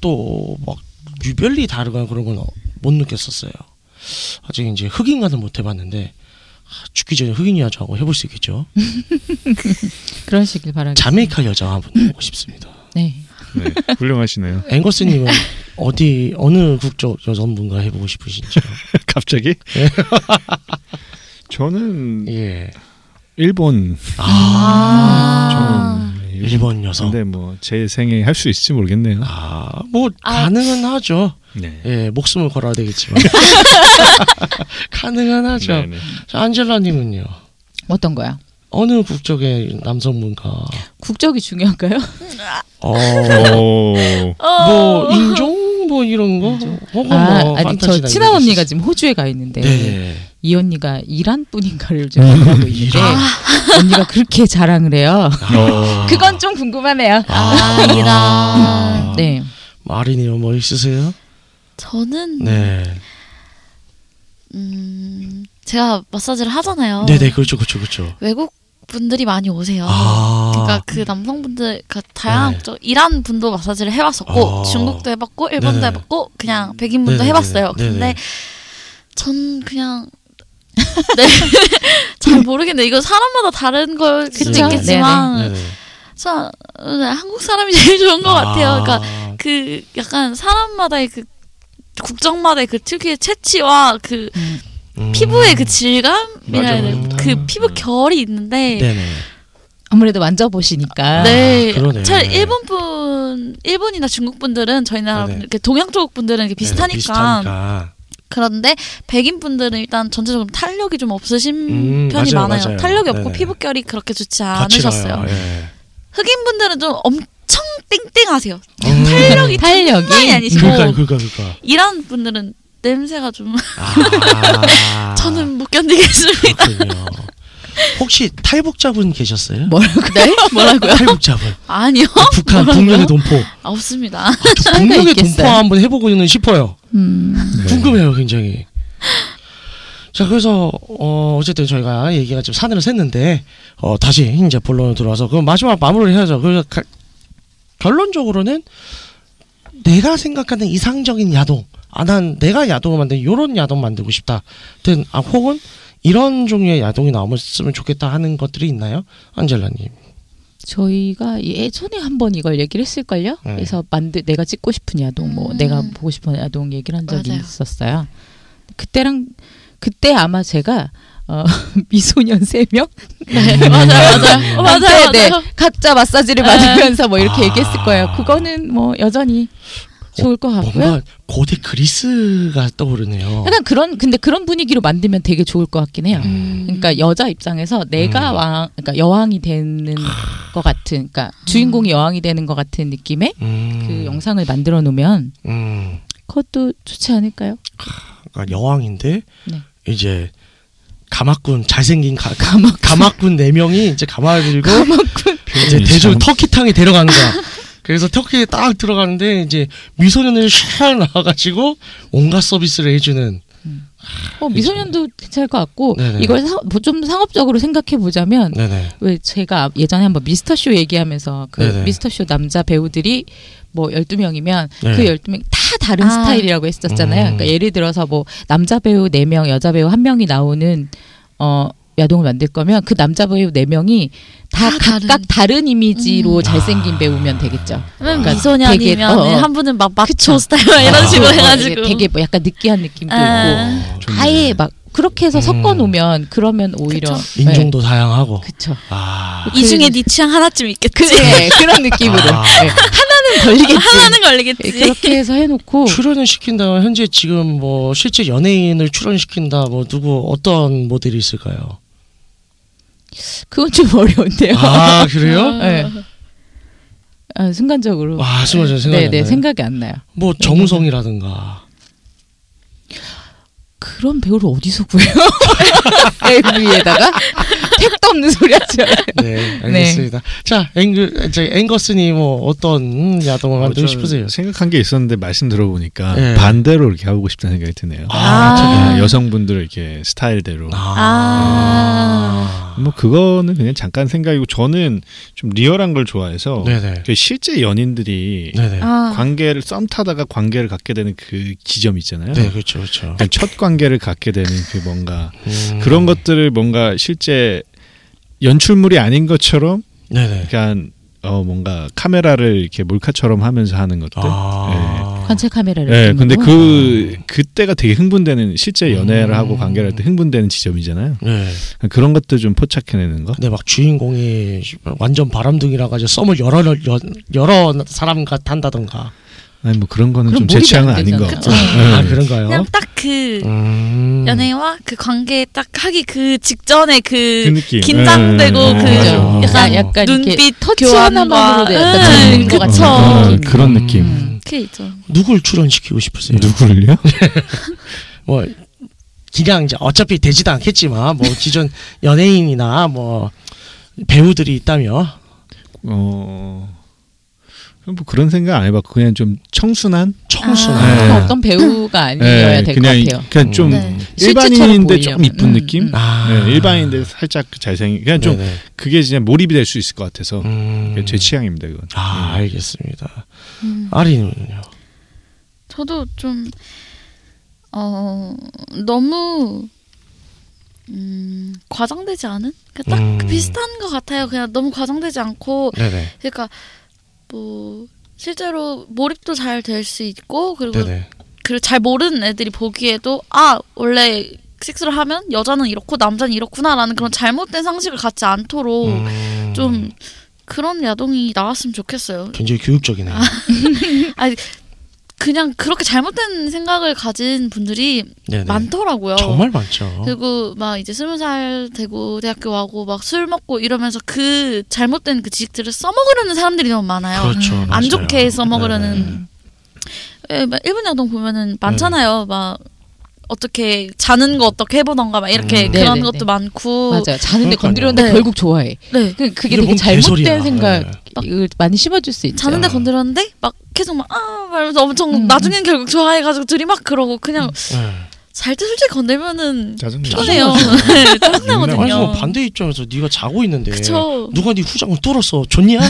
Speaker 9: 또 막 유별리 다르거나 그런 건 못 느꼈었어요. 아직 이제 흑인과는 못 해봤는데 아, 죽기 전에 흑인 여자하고 해볼 수 있겠죠.
Speaker 7: 그런 식길 바라겠습니다.
Speaker 9: 자메이카 여자 한번 해보고 싶습니다.
Speaker 7: 네.
Speaker 8: 네, 훌륭하시네요.
Speaker 9: 앵거스님은 어디 어느 국적 여성분과 해보고 싶으신지.
Speaker 8: 갑자기? 저는
Speaker 9: 예.
Speaker 8: 일본.
Speaker 7: 음.
Speaker 6: 아.
Speaker 8: 저는
Speaker 9: 일본 여성.
Speaker 8: 근데 뭐 제 생에 할 수 있을지 모르겠네요.
Speaker 9: 아, 뭐
Speaker 6: 아.
Speaker 9: 가능은 하죠.
Speaker 8: 네.
Speaker 9: 예, 목숨을 걸어야 되겠지만. 가능은 하죠.
Speaker 8: 네, 네.
Speaker 9: 자, 안젤라 님은요.
Speaker 7: 어떤 거야?
Speaker 9: 어느 국적의 남성분과
Speaker 7: 국적이 중요한가요?
Speaker 9: 어,
Speaker 8: 오.
Speaker 6: 어.
Speaker 9: 뭐 인종 뭐 이런 거 혹은
Speaker 7: 아,
Speaker 9: 뭐
Speaker 7: 아니 저
Speaker 9: 판타지나
Speaker 7: 친한
Speaker 9: 이런 게
Speaker 7: 언니가
Speaker 9: 있었어요.
Speaker 7: 지금 호주에 가 있는데
Speaker 9: 네.
Speaker 7: 이 언니가 이란 분인가를 지금 알고 있는데 언니가 그렇게 자랑을 해요.
Speaker 9: 아.
Speaker 8: 어.
Speaker 7: 그건 좀 궁금하네요.
Speaker 6: 아,
Speaker 9: 아.
Speaker 6: 이란.
Speaker 7: 네.
Speaker 9: 마린이요. 뭐 있으세요?
Speaker 6: 저는
Speaker 9: 네.
Speaker 6: 음, 제가 마사지를 하잖아요.
Speaker 9: 네, 네. 그렇죠. 그렇죠. 그렇죠.
Speaker 6: 외국 분들이 많이 오세요.
Speaker 9: 아.
Speaker 6: 그러니까 그 남성분들 그 다양한
Speaker 9: 네.
Speaker 6: 쪽 이란 분도 마사지를 해봤었고
Speaker 9: 어.
Speaker 6: 중국도 해봤고 일본도
Speaker 9: 네네.
Speaker 6: 해봤고 그냥 백인분도
Speaker 9: 네네네.
Speaker 6: 해봤어요.
Speaker 9: 네네.
Speaker 6: 근데 전 그냥 네. 잘 모르겠는데 이거 사람마다 다른 걸 수도
Speaker 9: 그쵸?
Speaker 6: 있겠지만
Speaker 9: 네네.
Speaker 6: 저 네, 한국 사람이 제일 좋은 것 같아요. 그러니까
Speaker 9: 아,
Speaker 6: 그 약간 사람마다의 그 국적마다의 그 특유의 채취와 그
Speaker 9: 음.
Speaker 6: 피부의 그 질감이라
Speaker 8: 맞아,
Speaker 6: 해야 되나?
Speaker 9: 맞아. 음.
Speaker 6: 그 피부 결이 있는데
Speaker 9: 네네.
Speaker 7: 아무래도 만져보시니까
Speaker 6: 네.
Speaker 9: 아, 그러네.
Speaker 6: 잘 일본 분, 일본이나 중국 분들은 저희 나라
Speaker 9: 아, 네네.
Speaker 6: 이렇게 동양 쪽 분들은 이렇게 비슷하니까.
Speaker 9: 네네, 비슷하니까.
Speaker 6: 그런데 백인 분들은 일단 전체적으로 탄력이 좀 없으신
Speaker 9: 음,
Speaker 6: 편이
Speaker 9: 맞아요,
Speaker 6: 많아요.
Speaker 9: 맞아요.
Speaker 6: 탄력이 없고
Speaker 9: 네네.
Speaker 6: 피부결이 그렇게 좋지
Speaker 9: 거칠어요.
Speaker 6: 않으셨어요.
Speaker 9: 예.
Speaker 6: 흑인 분들은 좀 엄청 땡땡하세요.
Speaker 9: 음.
Speaker 6: 탄력이
Speaker 7: 탄력이?
Speaker 6: 장난이 아니시고
Speaker 9: 그러니까 그러니까 그러니까.
Speaker 6: 이란 분들은 냄새가 좀
Speaker 9: 아,
Speaker 6: 저는 못 견디겠습니다.
Speaker 9: 그렇군요. 혹시 탈북자분 계셨어요?
Speaker 7: 뭐라고
Speaker 6: 네? 뭐라고요?
Speaker 9: 탈북자분.
Speaker 6: 아니요.
Speaker 9: 북한 북녘의 동포.
Speaker 6: 아, 없습니다.
Speaker 9: 아, 저 북녘의 동포 한번 해보고는 싶어요. 네.
Speaker 7: 음,
Speaker 9: 궁금해요, 굉장히. 자, 그래서 어, 어쨌든 저희가 얘기가 좀 산으로 샜는데 어, 다시 이제 본론으로 들어와서 그럼 마지막 마무리를 해야죠. 그래서 가- 결론적으로는 내가 생각하는 이상적인 야동, 아, 난 내가 야동을 만든 이런 야동 만들고 싶다. 든 아, 혹은 이런 종류의 야동이 나왔으면 좋겠다 하는 것들이 있나요, 안젤라님?
Speaker 7: 저희가 예전에 한 번 이걸 얘기를 했을걸요.
Speaker 9: 네.
Speaker 7: 그래서 만들 내가 찍고 싶은 야동, 뭐
Speaker 6: 음.
Speaker 7: 내가 보고 싶은 야동 얘기를 한 적이
Speaker 6: 맞아요.
Speaker 7: 있었어요. 그때랑 그때 아마 제가 어, 미소년 세 명,
Speaker 6: 네, 맞아요, 맞아요. 어, 맞아요, 맞아요. 네.
Speaker 7: 네, 가짜 마사지를 받으면서 뭐 이렇게
Speaker 9: 아.
Speaker 7: 얘기했을 거예요. 그거는 뭐 여전히 좋을 것 같고요.
Speaker 9: 뭔가 고대 그리스가 떠오르네요.
Speaker 7: 약간 그런 근데 그런 분위기로 만들면 되게 좋을 것 같긴 해요.
Speaker 6: 음.
Speaker 7: 그러니까 여자 입장에서 내가
Speaker 9: 음.
Speaker 7: 왕, 그러니까 여왕이 되는 것 같은, 그러니까 주인공이
Speaker 6: 음.
Speaker 7: 여왕이 되는 것 같은 느낌의
Speaker 9: 음,
Speaker 7: 그 영상을 만들어 놓으면
Speaker 9: 음.
Speaker 7: 그것도 좋지 않을까요?
Speaker 9: 그러니까 여왕인데
Speaker 7: 네.
Speaker 9: 이제 가마꾼 잘생긴 가, 가마꾼 네 명이 이제 가마를 들고 이제 대중 터키탕에 데려가는 거야. 그래서 터키에 딱 들어가는데 이제 미소년을 샤 나와가지고 온갖 서비스를 해주는
Speaker 7: 어, 미소년도 괜찮을 것 같고
Speaker 9: 네네.
Speaker 7: 이걸 사, 뭐좀 상업적으로 생각해 보자면
Speaker 9: 네네
Speaker 7: 왜 제가 예전에 한번 미스터 쇼 얘기하면서 그
Speaker 9: 네네.
Speaker 7: 미스터 쇼 남자 배우들이 뭐 12명이면
Speaker 9: 네.
Speaker 7: 그 12명 다 다른
Speaker 6: 아.
Speaker 7: 스타일이라고 했었잖아요.
Speaker 9: 음.
Speaker 7: 그러니까 예를 들어서 뭐 남자 배우 4명, 여자 배우 1명이 나오는 어 야동을 만들 거면 그 남자 배우 4명이 다,
Speaker 6: 다 다른. 음.
Speaker 7: 각각 다른 이미지로 잘생긴
Speaker 9: 아.
Speaker 7: 배우면 되겠죠.
Speaker 6: 그러면
Speaker 7: 그러니까
Speaker 6: 미소년이면 네,
Speaker 7: 되게, 어,
Speaker 6: 한 분은 막 마초
Speaker 7: 그쵸.
Speaker 6: 스타일 막 이런
Speaker 9: 아.
Speaker 6: 식으로
Speaker 7: 어,
Speaker 6: 해가지고
Speaker 7: 되게 뭐 약간 느끼한 느낌도
Speaker 6: 아.
Speaker 7: 있고
Speaker 9: 어,
Speaker 8: 좋네요.
Speaker 7: 아예 막 그렇게 해서
Speaker 9: 음.
Speaker 7: 섞어 놓으면 그러면 오히려 네.
Speaker 6: 그쵸.
Speaker 9: 인종도 다양하고
Speaker 7: 그쵸.
Speaker 9: 아
Speaker 6: 이 중에 네 취향 하나쯤 있겠지.
Speaker 7: 네, 그런 느낌으로
Speaker 9: 아.
Speaker 7: 네. 하나는 걸리겠지. 네,
Speaker 6: 하나는 걸리겠지.
Speaker 7: 그렇게 해서 해놓고
Speaker 9: 출연을 시킨다 현재 지금 뭐 실제 연예인을 출연시킨다 뭐 누구 어떤 모델이 있을까요?
Speaker 7: 그건 좀 어려운데요.
Speaker 9: 아 그래요?
Speaker 7: 네. 아, 순간적으로.
Speaker 9: 와 스마저 생각이
Speaker 7: 네,
Speaker 9: 안
Speaker 7: 네,
Speaker 9: 나요.
Speaker 7: 생각이 안 나요.
Speaker 9: 뭐 정우성이라든가
Speaker 7: 그런 배우를 어디서 구해요? AV에다가 택도 없는 소리 하죠.
Speaker 9: 네 알겠습니다. 자 앵글 이제 앵거스님 뭐 어떤 야동을 아, 만들고 싶으세요?
Speaker 8: 생각한 게 있었는데 말씀 들어보니까
Speaker 9: 예.
Speaker 8: 반대로 이렇게 하고 싶다는 생각이 드네요.
Speaker 9: 아,
Speaker 8: 예, 여성분들 이렇게 스타일대로.
Speaker 9: 아,
Speaker 8: 뭐 그거는 그냥 잠깐 생각이고 저는 좀 리얼한 걸 좋아해서
Speaker 9: 네네
Speaker 8: 그 실제 연인들이
Speaker 9: 네네
Speaker 6: 어.
Speaker 11: 아,
Speaker 8: 관계를 썸 타다가 관계를 갖게 되는 그 지점 있잖아요.
Speaker 9: 네 그렇죠 그렇죠
Speaker 8: 약간 첫 관계를 갖게 되는 그 뭔가
Speaker 9: 음.
Speaker 8: 그런 것들을 뭔가 실제 연출물이 아닌 것처럼
Speaker 9: 네네
Speaker 8: 약간 어 뭔가 카메라를 이렇게 몰카처럼 하면서 하는 것들.
Speaker 9: 아
Speaker 7: 관찰 카메라를.
Speaker 8: 네, 근데
Speaker 7: 끼고.
Speaker 8: 그 그때가 되게 흥분되는 실제 연애를
Speaker 9: 음.
Speaker 8: 하고 관계를 할 때 흥분되는 지점이잖아요.
Speaker 9: 네.
Speaker 8: 그런 것들 좀 포착해내는 거.
Speaker 9: 근데 막 주인공이 완전 바람둥이라 가지고 썸을 여러 여, 여러 사람과 탄다던가
Speaker 8: 아니 뭐 그런 거는
Speaker 7: 그럼
Speaker 8: 좀 제
Speaker 7: 몰입이
Speaker 8: 취향은
Speaker 7: 안
Speaker 8: 아닌 예. 거.
Speaker 7: 되잖아.
Speaker 9: 아 그런가요?
Speaker 6: 그냥 딱 그
Speaker 9: 음.
Speaker 6: 연애와 그 관계 딱 하기 그 직전에 그,
Speaker 8: 그 느낌.
Speaker 6: 긴장되고
Speaker 8: 네.
Speaker 6: 그
Speaker 8: 맞아.
Speaker 7: 약간,
Speaker 6: 약간
Speaker 7: 약간 이렇게
Speaker 6: 눈빛
Speaker 7: 터치
Speaker 6: 교환과-
Speaker 7: 그 하나만으로도 약간
Speaker 6: 응,
Speaker 7: 재밌는 것
Speaker 6: 그쵸.
Speaker 7: 같은
Speaker 9: 네,
Speaker 8: 어, 그런 느낌.
Speaker 7: 음.
Speaker 6: 그게 있죠.
Speaker 9: 누굴 출연시키고 싶으세요?
Speaker 8: 누구를요?
Speaker 9: 뭐 그냥 이제 어차피 되지도 않겠지만 뭐 기존 연예인이나 뭐 배우들이 있다며
Speaker 8: 어. 뭐 그런 생각 안 해봤고 그냥 좀 청순한
Speaker 6: 아,
Speaker 9: 청순한
Speaker 8: 네.
Speaker 7: 어떤 배우가 아니어야 네,
Speaker 8: 예,
Speaker 7: 될 것
Speaker 8: 그냥 이-
Speaker 7: 같아요.
Speaker 8: 그냥 좀
Speaker 6: 네.
Speaker 7: 실제처럼
Speaker 8: 일반인인데
Speaker 7: 보이려면.
Speaker 8: 좀 이쁜
Speaker 7: 음,
Speaker 8: 느낌.
Speaker 7: 음.
Speaker 9: 아.
Speaker 8: 예, 일반인인데 살짝 잘생긴. 그냥 좀
Speaker 9: 네네.
Speaker 8: 그게 진짜 몰입이 될 수 있을 것 같아서
Speaker 9: 음.
Speaker 8: 제 취향입니다 그건.
Speaker 9: 아 알겠습니다.
Speaker 6: 음.
Speaker 9: 아리는요.
Speaker 6: 저도 좀, 어, 너무, 음, 과장되지 않은? 그러니까 딱그
Speaker 9: 음.
Speaker 6: 비슷한 것 같아요. 그냥 너무 과장되지 않고,
Speaker 9: 네네.
Speaker 6: 그러니까, 뭐, 실제로 몰입도 잘 될 수 있고, 그리고
Speaker 9: 네네.
Speaker 6: 그리고 잘 모르는 애들이 보기에도 아 원래 섹스를 하면 여자는 이렇고 남자는 이렇구나라는 그런 잘못된 상식을 갖지 않도록
Speaker 9: 음.
Speaker 6: 좀 그런 야동이 나왔으면 좋겠어요.
Speaker 9: 굉장히
Speaker 6: 아,
Speaker 9: 교육적이네요.
Speaker 6: 그냥 그렇게 잘못된 생각을 가진 분들이
Speaker 9: 네네.
Speaker 6: 많더라고요.
Speaker 9: 정말 많죠.
Speaker 6: 그리고 막 이제 스무 살 되고 대학교 가고 막 술 먹고 이러면서 그 잘못된 그 지식들을 써먹으려는 사람들이 너무 많아요.
Speaker 9: 그렇죠.
Speaker 6: 안
Speaker 9: 맞아요.
Speaker 6: 좋게
Speaker 9: 네네. 네.
Speaker 6: 써먹으려는 예, 막 일본 야동 보면은 많잖아요. 막 어떻게 자는 거 어떻게 해보던가 막 이렇게
Speaker 9: 음.
Speaker 6: 그런
Speaker 7: 네네네.
Speaker 6: 것도 많고
Speaker 7: 맞아요. 자는데
Speaker 9: 그러니까요.
Speaker 7: 건드렸는데
Speaker 6: 네.
Speaker 7: 결국 좋아해.
Speaker 6: 네
Speaker 7: 그, 그게
Speaker 9: 이게
Speaker 7: 되게
Speaker 9: 뭔
Speaker 7: 잘못된
Speaker 9: 개소리야. 네.
Speaker 7: 생각을 많이 심어줄 수 있죠.
Speaker 6: 자는데 건드렸는데 막 계속 막아 말면서 엄청
Speaker 7: 음.
Speaker 6: 나중엔 결국 좋아해가지고 둘이 막 그러고 그냥 음.
Speaker 9: 네.
Speaker 6: 잘 때 솔직히 건들면은
Speaker 8: 짜증나.
Speaker 6: 피곤해요. 네,
Speaker 9: 아니 뭐
Speaker 6: 짜증나거든요.
Speaker 9: 반대 입장에서 네가 자고 있는데
Speaker 6: 그쵸.
Speaker 9: 누가 네 후장을 뚫었어 좋냐?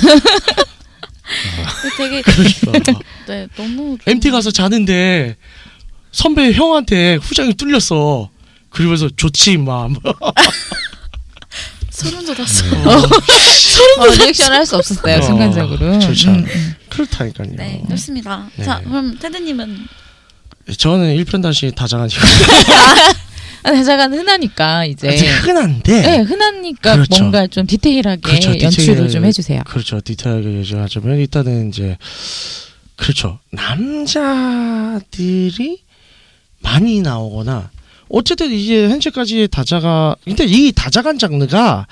Speaker 6: 되게
Speaker 9: 그러니까.
Speaker 6: 네 너무 좀-
Speaker 9: MT 가서 자는데 선배 형한테 후장이 뚫렸어. 그러면서 좋지 마. 뭐.
Speaker 6: 소름 돋았어.
Speaker 7: 어, 리액션 할 수 없었어요.
Speaker 9: 어,
Speaker 7: 네, 순간적으로.
Speaker 9: 그쵸, 그쵸.
Speaker 7: 음, 음.
Speaker 9: 그렇다니까요.
Speaker 6: 네 좋습니다.
Speaker 9: 네.
Speaker 6: 자 그럼 테드님은
Speaker 9: 저는 일편단시 다장하니까
Speaker 7: 아, 대사관 흔하니까 이제.
Speaker 9: 아직 흔한데
Speaker 7: 네, 흔하니까
Speaker 9: 그렇죠.
Speaker 7: 뭔가 좀 디테일하게
Speaker 9: 그렇죠,
Speaker 7: 연출을
Speaker 9: 디테일하게.
Speaker 7: 좀 해주세요.
Speaker 9: 그렇죠. 디테일하게 얘기하자면 일단은 이제 그렇죠. 남자들이 많이 나오거나 어쨌든 이제 현재까지 다자가 근데 이 다자간 장르가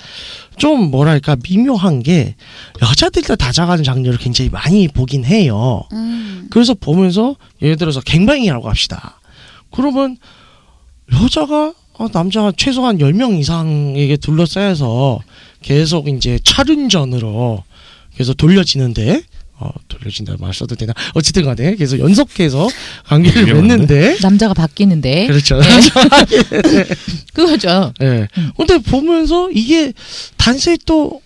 Speaker 9: 좀 뭐랄까 미묘한 게 여자들도 다자간 장르를 굉장히 많이 보긴 해요.
Speaker 6: 음,
Speaker 9: 그래서 보면서 예를 들어서 갱방이라고 합시다. 그러면 여자가 어, 남자가 최소한 10명 이상에게 둘러싸여서 계속 이제 차륜전으로 계속 돌려지는데 어, 돌려진다 말 써도 되나? 어쨌든 간에 계속 연속해서 관계를
Speaker 8: 돌려봤네.
Speaker 9: 맺는데
Speaker 7: 남자가 바뀌는데.
Speaker 9: 그렇죠.
Speaker 7: 그거죠. 그러니까
Speaker 9: 예. 근데 보면서 이게 단순히 또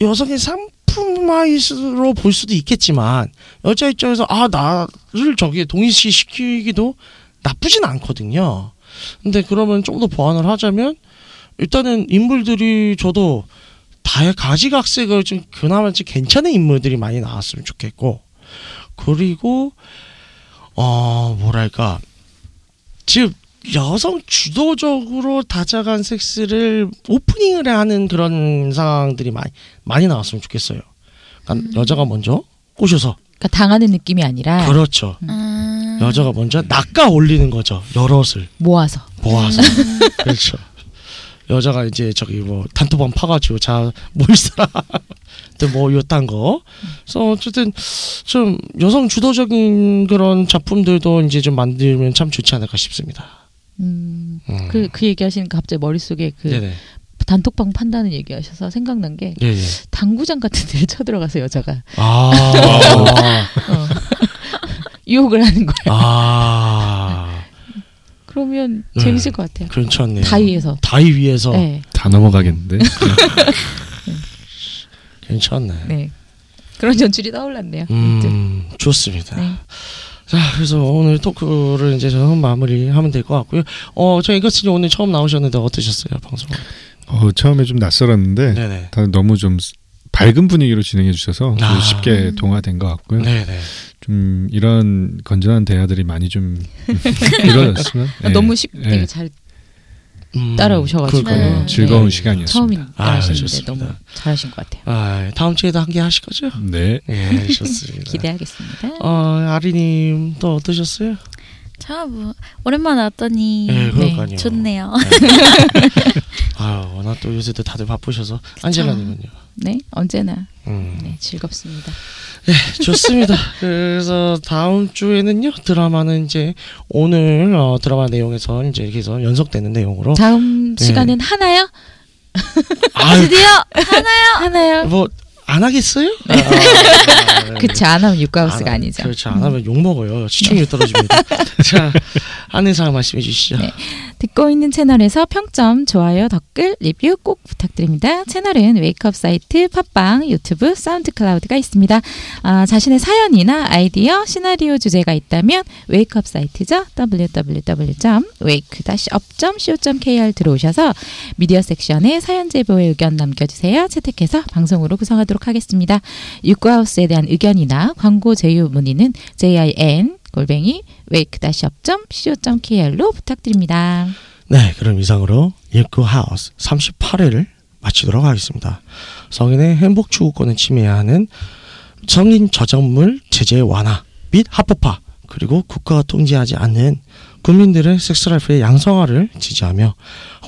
Speaker 9: 여성의 상품화로 볼 수도 있겠지만 여자 입장에서 아 나를 저기에 동일시시키기도 나쁘진 않거든요. 근데 그러면 좀 더 보완을 하자면 일단은 인물들이 저도 다 가지각색을 좀 그나마 좀 괜찮은 인물들이 많이 나왔으면 좋겠고 그리고 어 뭐랄까 즉 여성 주도적으로 다자간 섹스를 오프닝을 하는 그런 상황들이 많이 많이 나왔으면 좋겠어요. 그러니까 여자가 먼저 꼬셔서
Speaker 7: 그러니까 당하는 느낌이 아니라
Speaker 9: 그렇죠.
Speaker 10: 음.
Speaker 9: 여자가 먼저 낚아 올리는 거죠. 여럿을
Speaker 7: 모아서
Speaker 9: 모아서. 그렇죠. 여자가 이제 저기 뭐 단톡방 파가지고 자 모이스라 뭐 요딴 거. 그래서 어쨌든 좀 여성 주도적인 그런 작품들도 이제 좀 만들면 참 좋지 않을까 싶습니다.
Speaker 7: 음,
Speaker 9: 음.
Speaker 7: 그, 그 얘기하시니까 갑자기 머릿속에 그
Speaker 9: 네네.
Speaker 7: 단톡방 판다는 얘기하셔서 생각난 게
Speaker 9: 예예.
Speaker 7: 당구장 같은 데를 쳐들어가서 여자가
Speaker 9: 아.
Speaker 7: 유혹을 하는 거야.
Speaker 9: 아.
Speaker 7: 그러면
Speaker 9: 네.
Speaker 7: 재밌을 것 같아요.
Speaker 9: 괜찮네요. 어.
Speaker 7: 다이에서.
Speaker 9: 다이 위에서
Speaker 7: 네,
Speaker 8: 다 넘어가겠는데.
Speaker 9: 괜찮네.
Speaker 7: 네. 그런 연출이 떠올랐네요. 아무튼.
Speaker 9: 음, 좋습니다.
Speaker 7: 네.
Speaker 9: 자, 그래서 오늘 토크를 이제 저는 마무리하면 될 것 같고요. 어, 저 이것이 오늘 처음 나오셨는데 어떠셨어요, 방송?
Speaker 8: 어, 처음에 좀 낯설었는데
Speaker 9: 네네.
Speaker 8: 다 너무 좀 밝은 분위기로 진행해 주셔서 좀
Speaker 9: 아.
Speaker 7: 음.
Speaker 8: 쉽게 동화된 것 같고요.
Speaker 9: 네네.
Speaker 8: 좀 이런 건전한 대화들이 많이 좀 이루어졌으면
Speaker 7: 아,
Speaker 8: 예,
Speaker 7: 너무 쉽게
Speaker 8: 예,
Speaker 7: 잘
Speaker 9: 음,
Speaker 7: 따라오셔가지고.
Speaker 9: 네. 그러니까요.
Speaker 8: 예,
Speaker 7: 네.
Speaker 8: 즐거운 시간이었습니다.
Speaker 7: 처음인
Speaker 9: 아,
Speaker 7: 하시는데
Speaker 9: 좋습니다.
Speaker 7: 너무 잘하신 것 같아요.
Speaker 9: 아, 다음 주에도 한 개 하실 거죠?
Speaker 8: 네.
Speaker 9: 예, 좋습니다.
Speaker 7: 기대하겠습니다.
Speaker 9: 어, 아리님 또 어떠셨어요? 네.
Speaker 10: 자, 뭐 오랜만에 왔더니
Speaker 9: 예, 그러니까요.
Speaker 10: 좋네요.
Speaker 9: 아유, 워낙 또 요새도 다들 바쁘셔서 안젤라님은요.
Speaker 7: 네, 언제나
Speaker 9: 음.
Speaker 7: 네, 즐겁습니다.
Speaker 9: 좋습니다. 그래서 다음 주에는요 드라마는 이제 오늘 어, 드라마 내용에서 이제 계속 연속되는 내용으로
Speaker 7: 다음
Speaker 9: 네.
Speaker 7: 시간은 하나요?
Speaker 6: Dạ,
Speaker 9: 아유,
Speaker 10: 드디어
Speaker 7: 하나요?
Speaker 9: 뭐안 하겠어요?
Speaker 7: 네.
Speaker 9: 아, 네.
Speaker 7: 그쵸, 안 하면 육가우스가 아니죠. 음.
Speaker 9: 그렇죠. 안 하면 욕 먹어요. 시청률 떨어집니다. 자, 안내 사항 말씀해 주시죠.
Speaker 7: 네. 듣고 있는 채널에서 평점, 좋아요, 댓글, 리뷰 꼭 부탁드립니다. 채널은 웨이크업 사이트, 팟빵, 유튜브, 사운드 클라우드가 있습니다. 아, 자신의 사연이나 아이디어, 시나리오 주제가 있다면 웨이크업 사이트죠. www.wake-up.co.kr 들어오셔서 미디어 섹션에 사연 제보의 의견 남겨주세요. 채택해서 방송으로 구성하도록 하겠습니다. 육구하우스에 대한 의견이나 광고 제휴 문의는 JIN 골뱅이 wake-up.co.kr로 부탁드립니다.
Speaker 9: 네, 그럼 이상으로 예쿠 하우스 38회를 마치도록 하겠습니다. 성인의 행복 추구권을 침해하는 성인 저작물 제재 완화 및 합법화 그리고 국가가 통제하지 않는 국민들의 섹스라이프의 양성화를 지지하며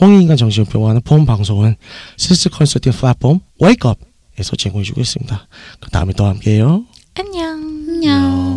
Speaker 9: 홍익인간 정신을 표방하는 본 방송은 실스 컨설팅 플랫폼 웨이크업에서 제공해주고 있습니다. 그 다음에 또 함께해요.
Speaker 7: 안녕.
Speaker 10: 안녕.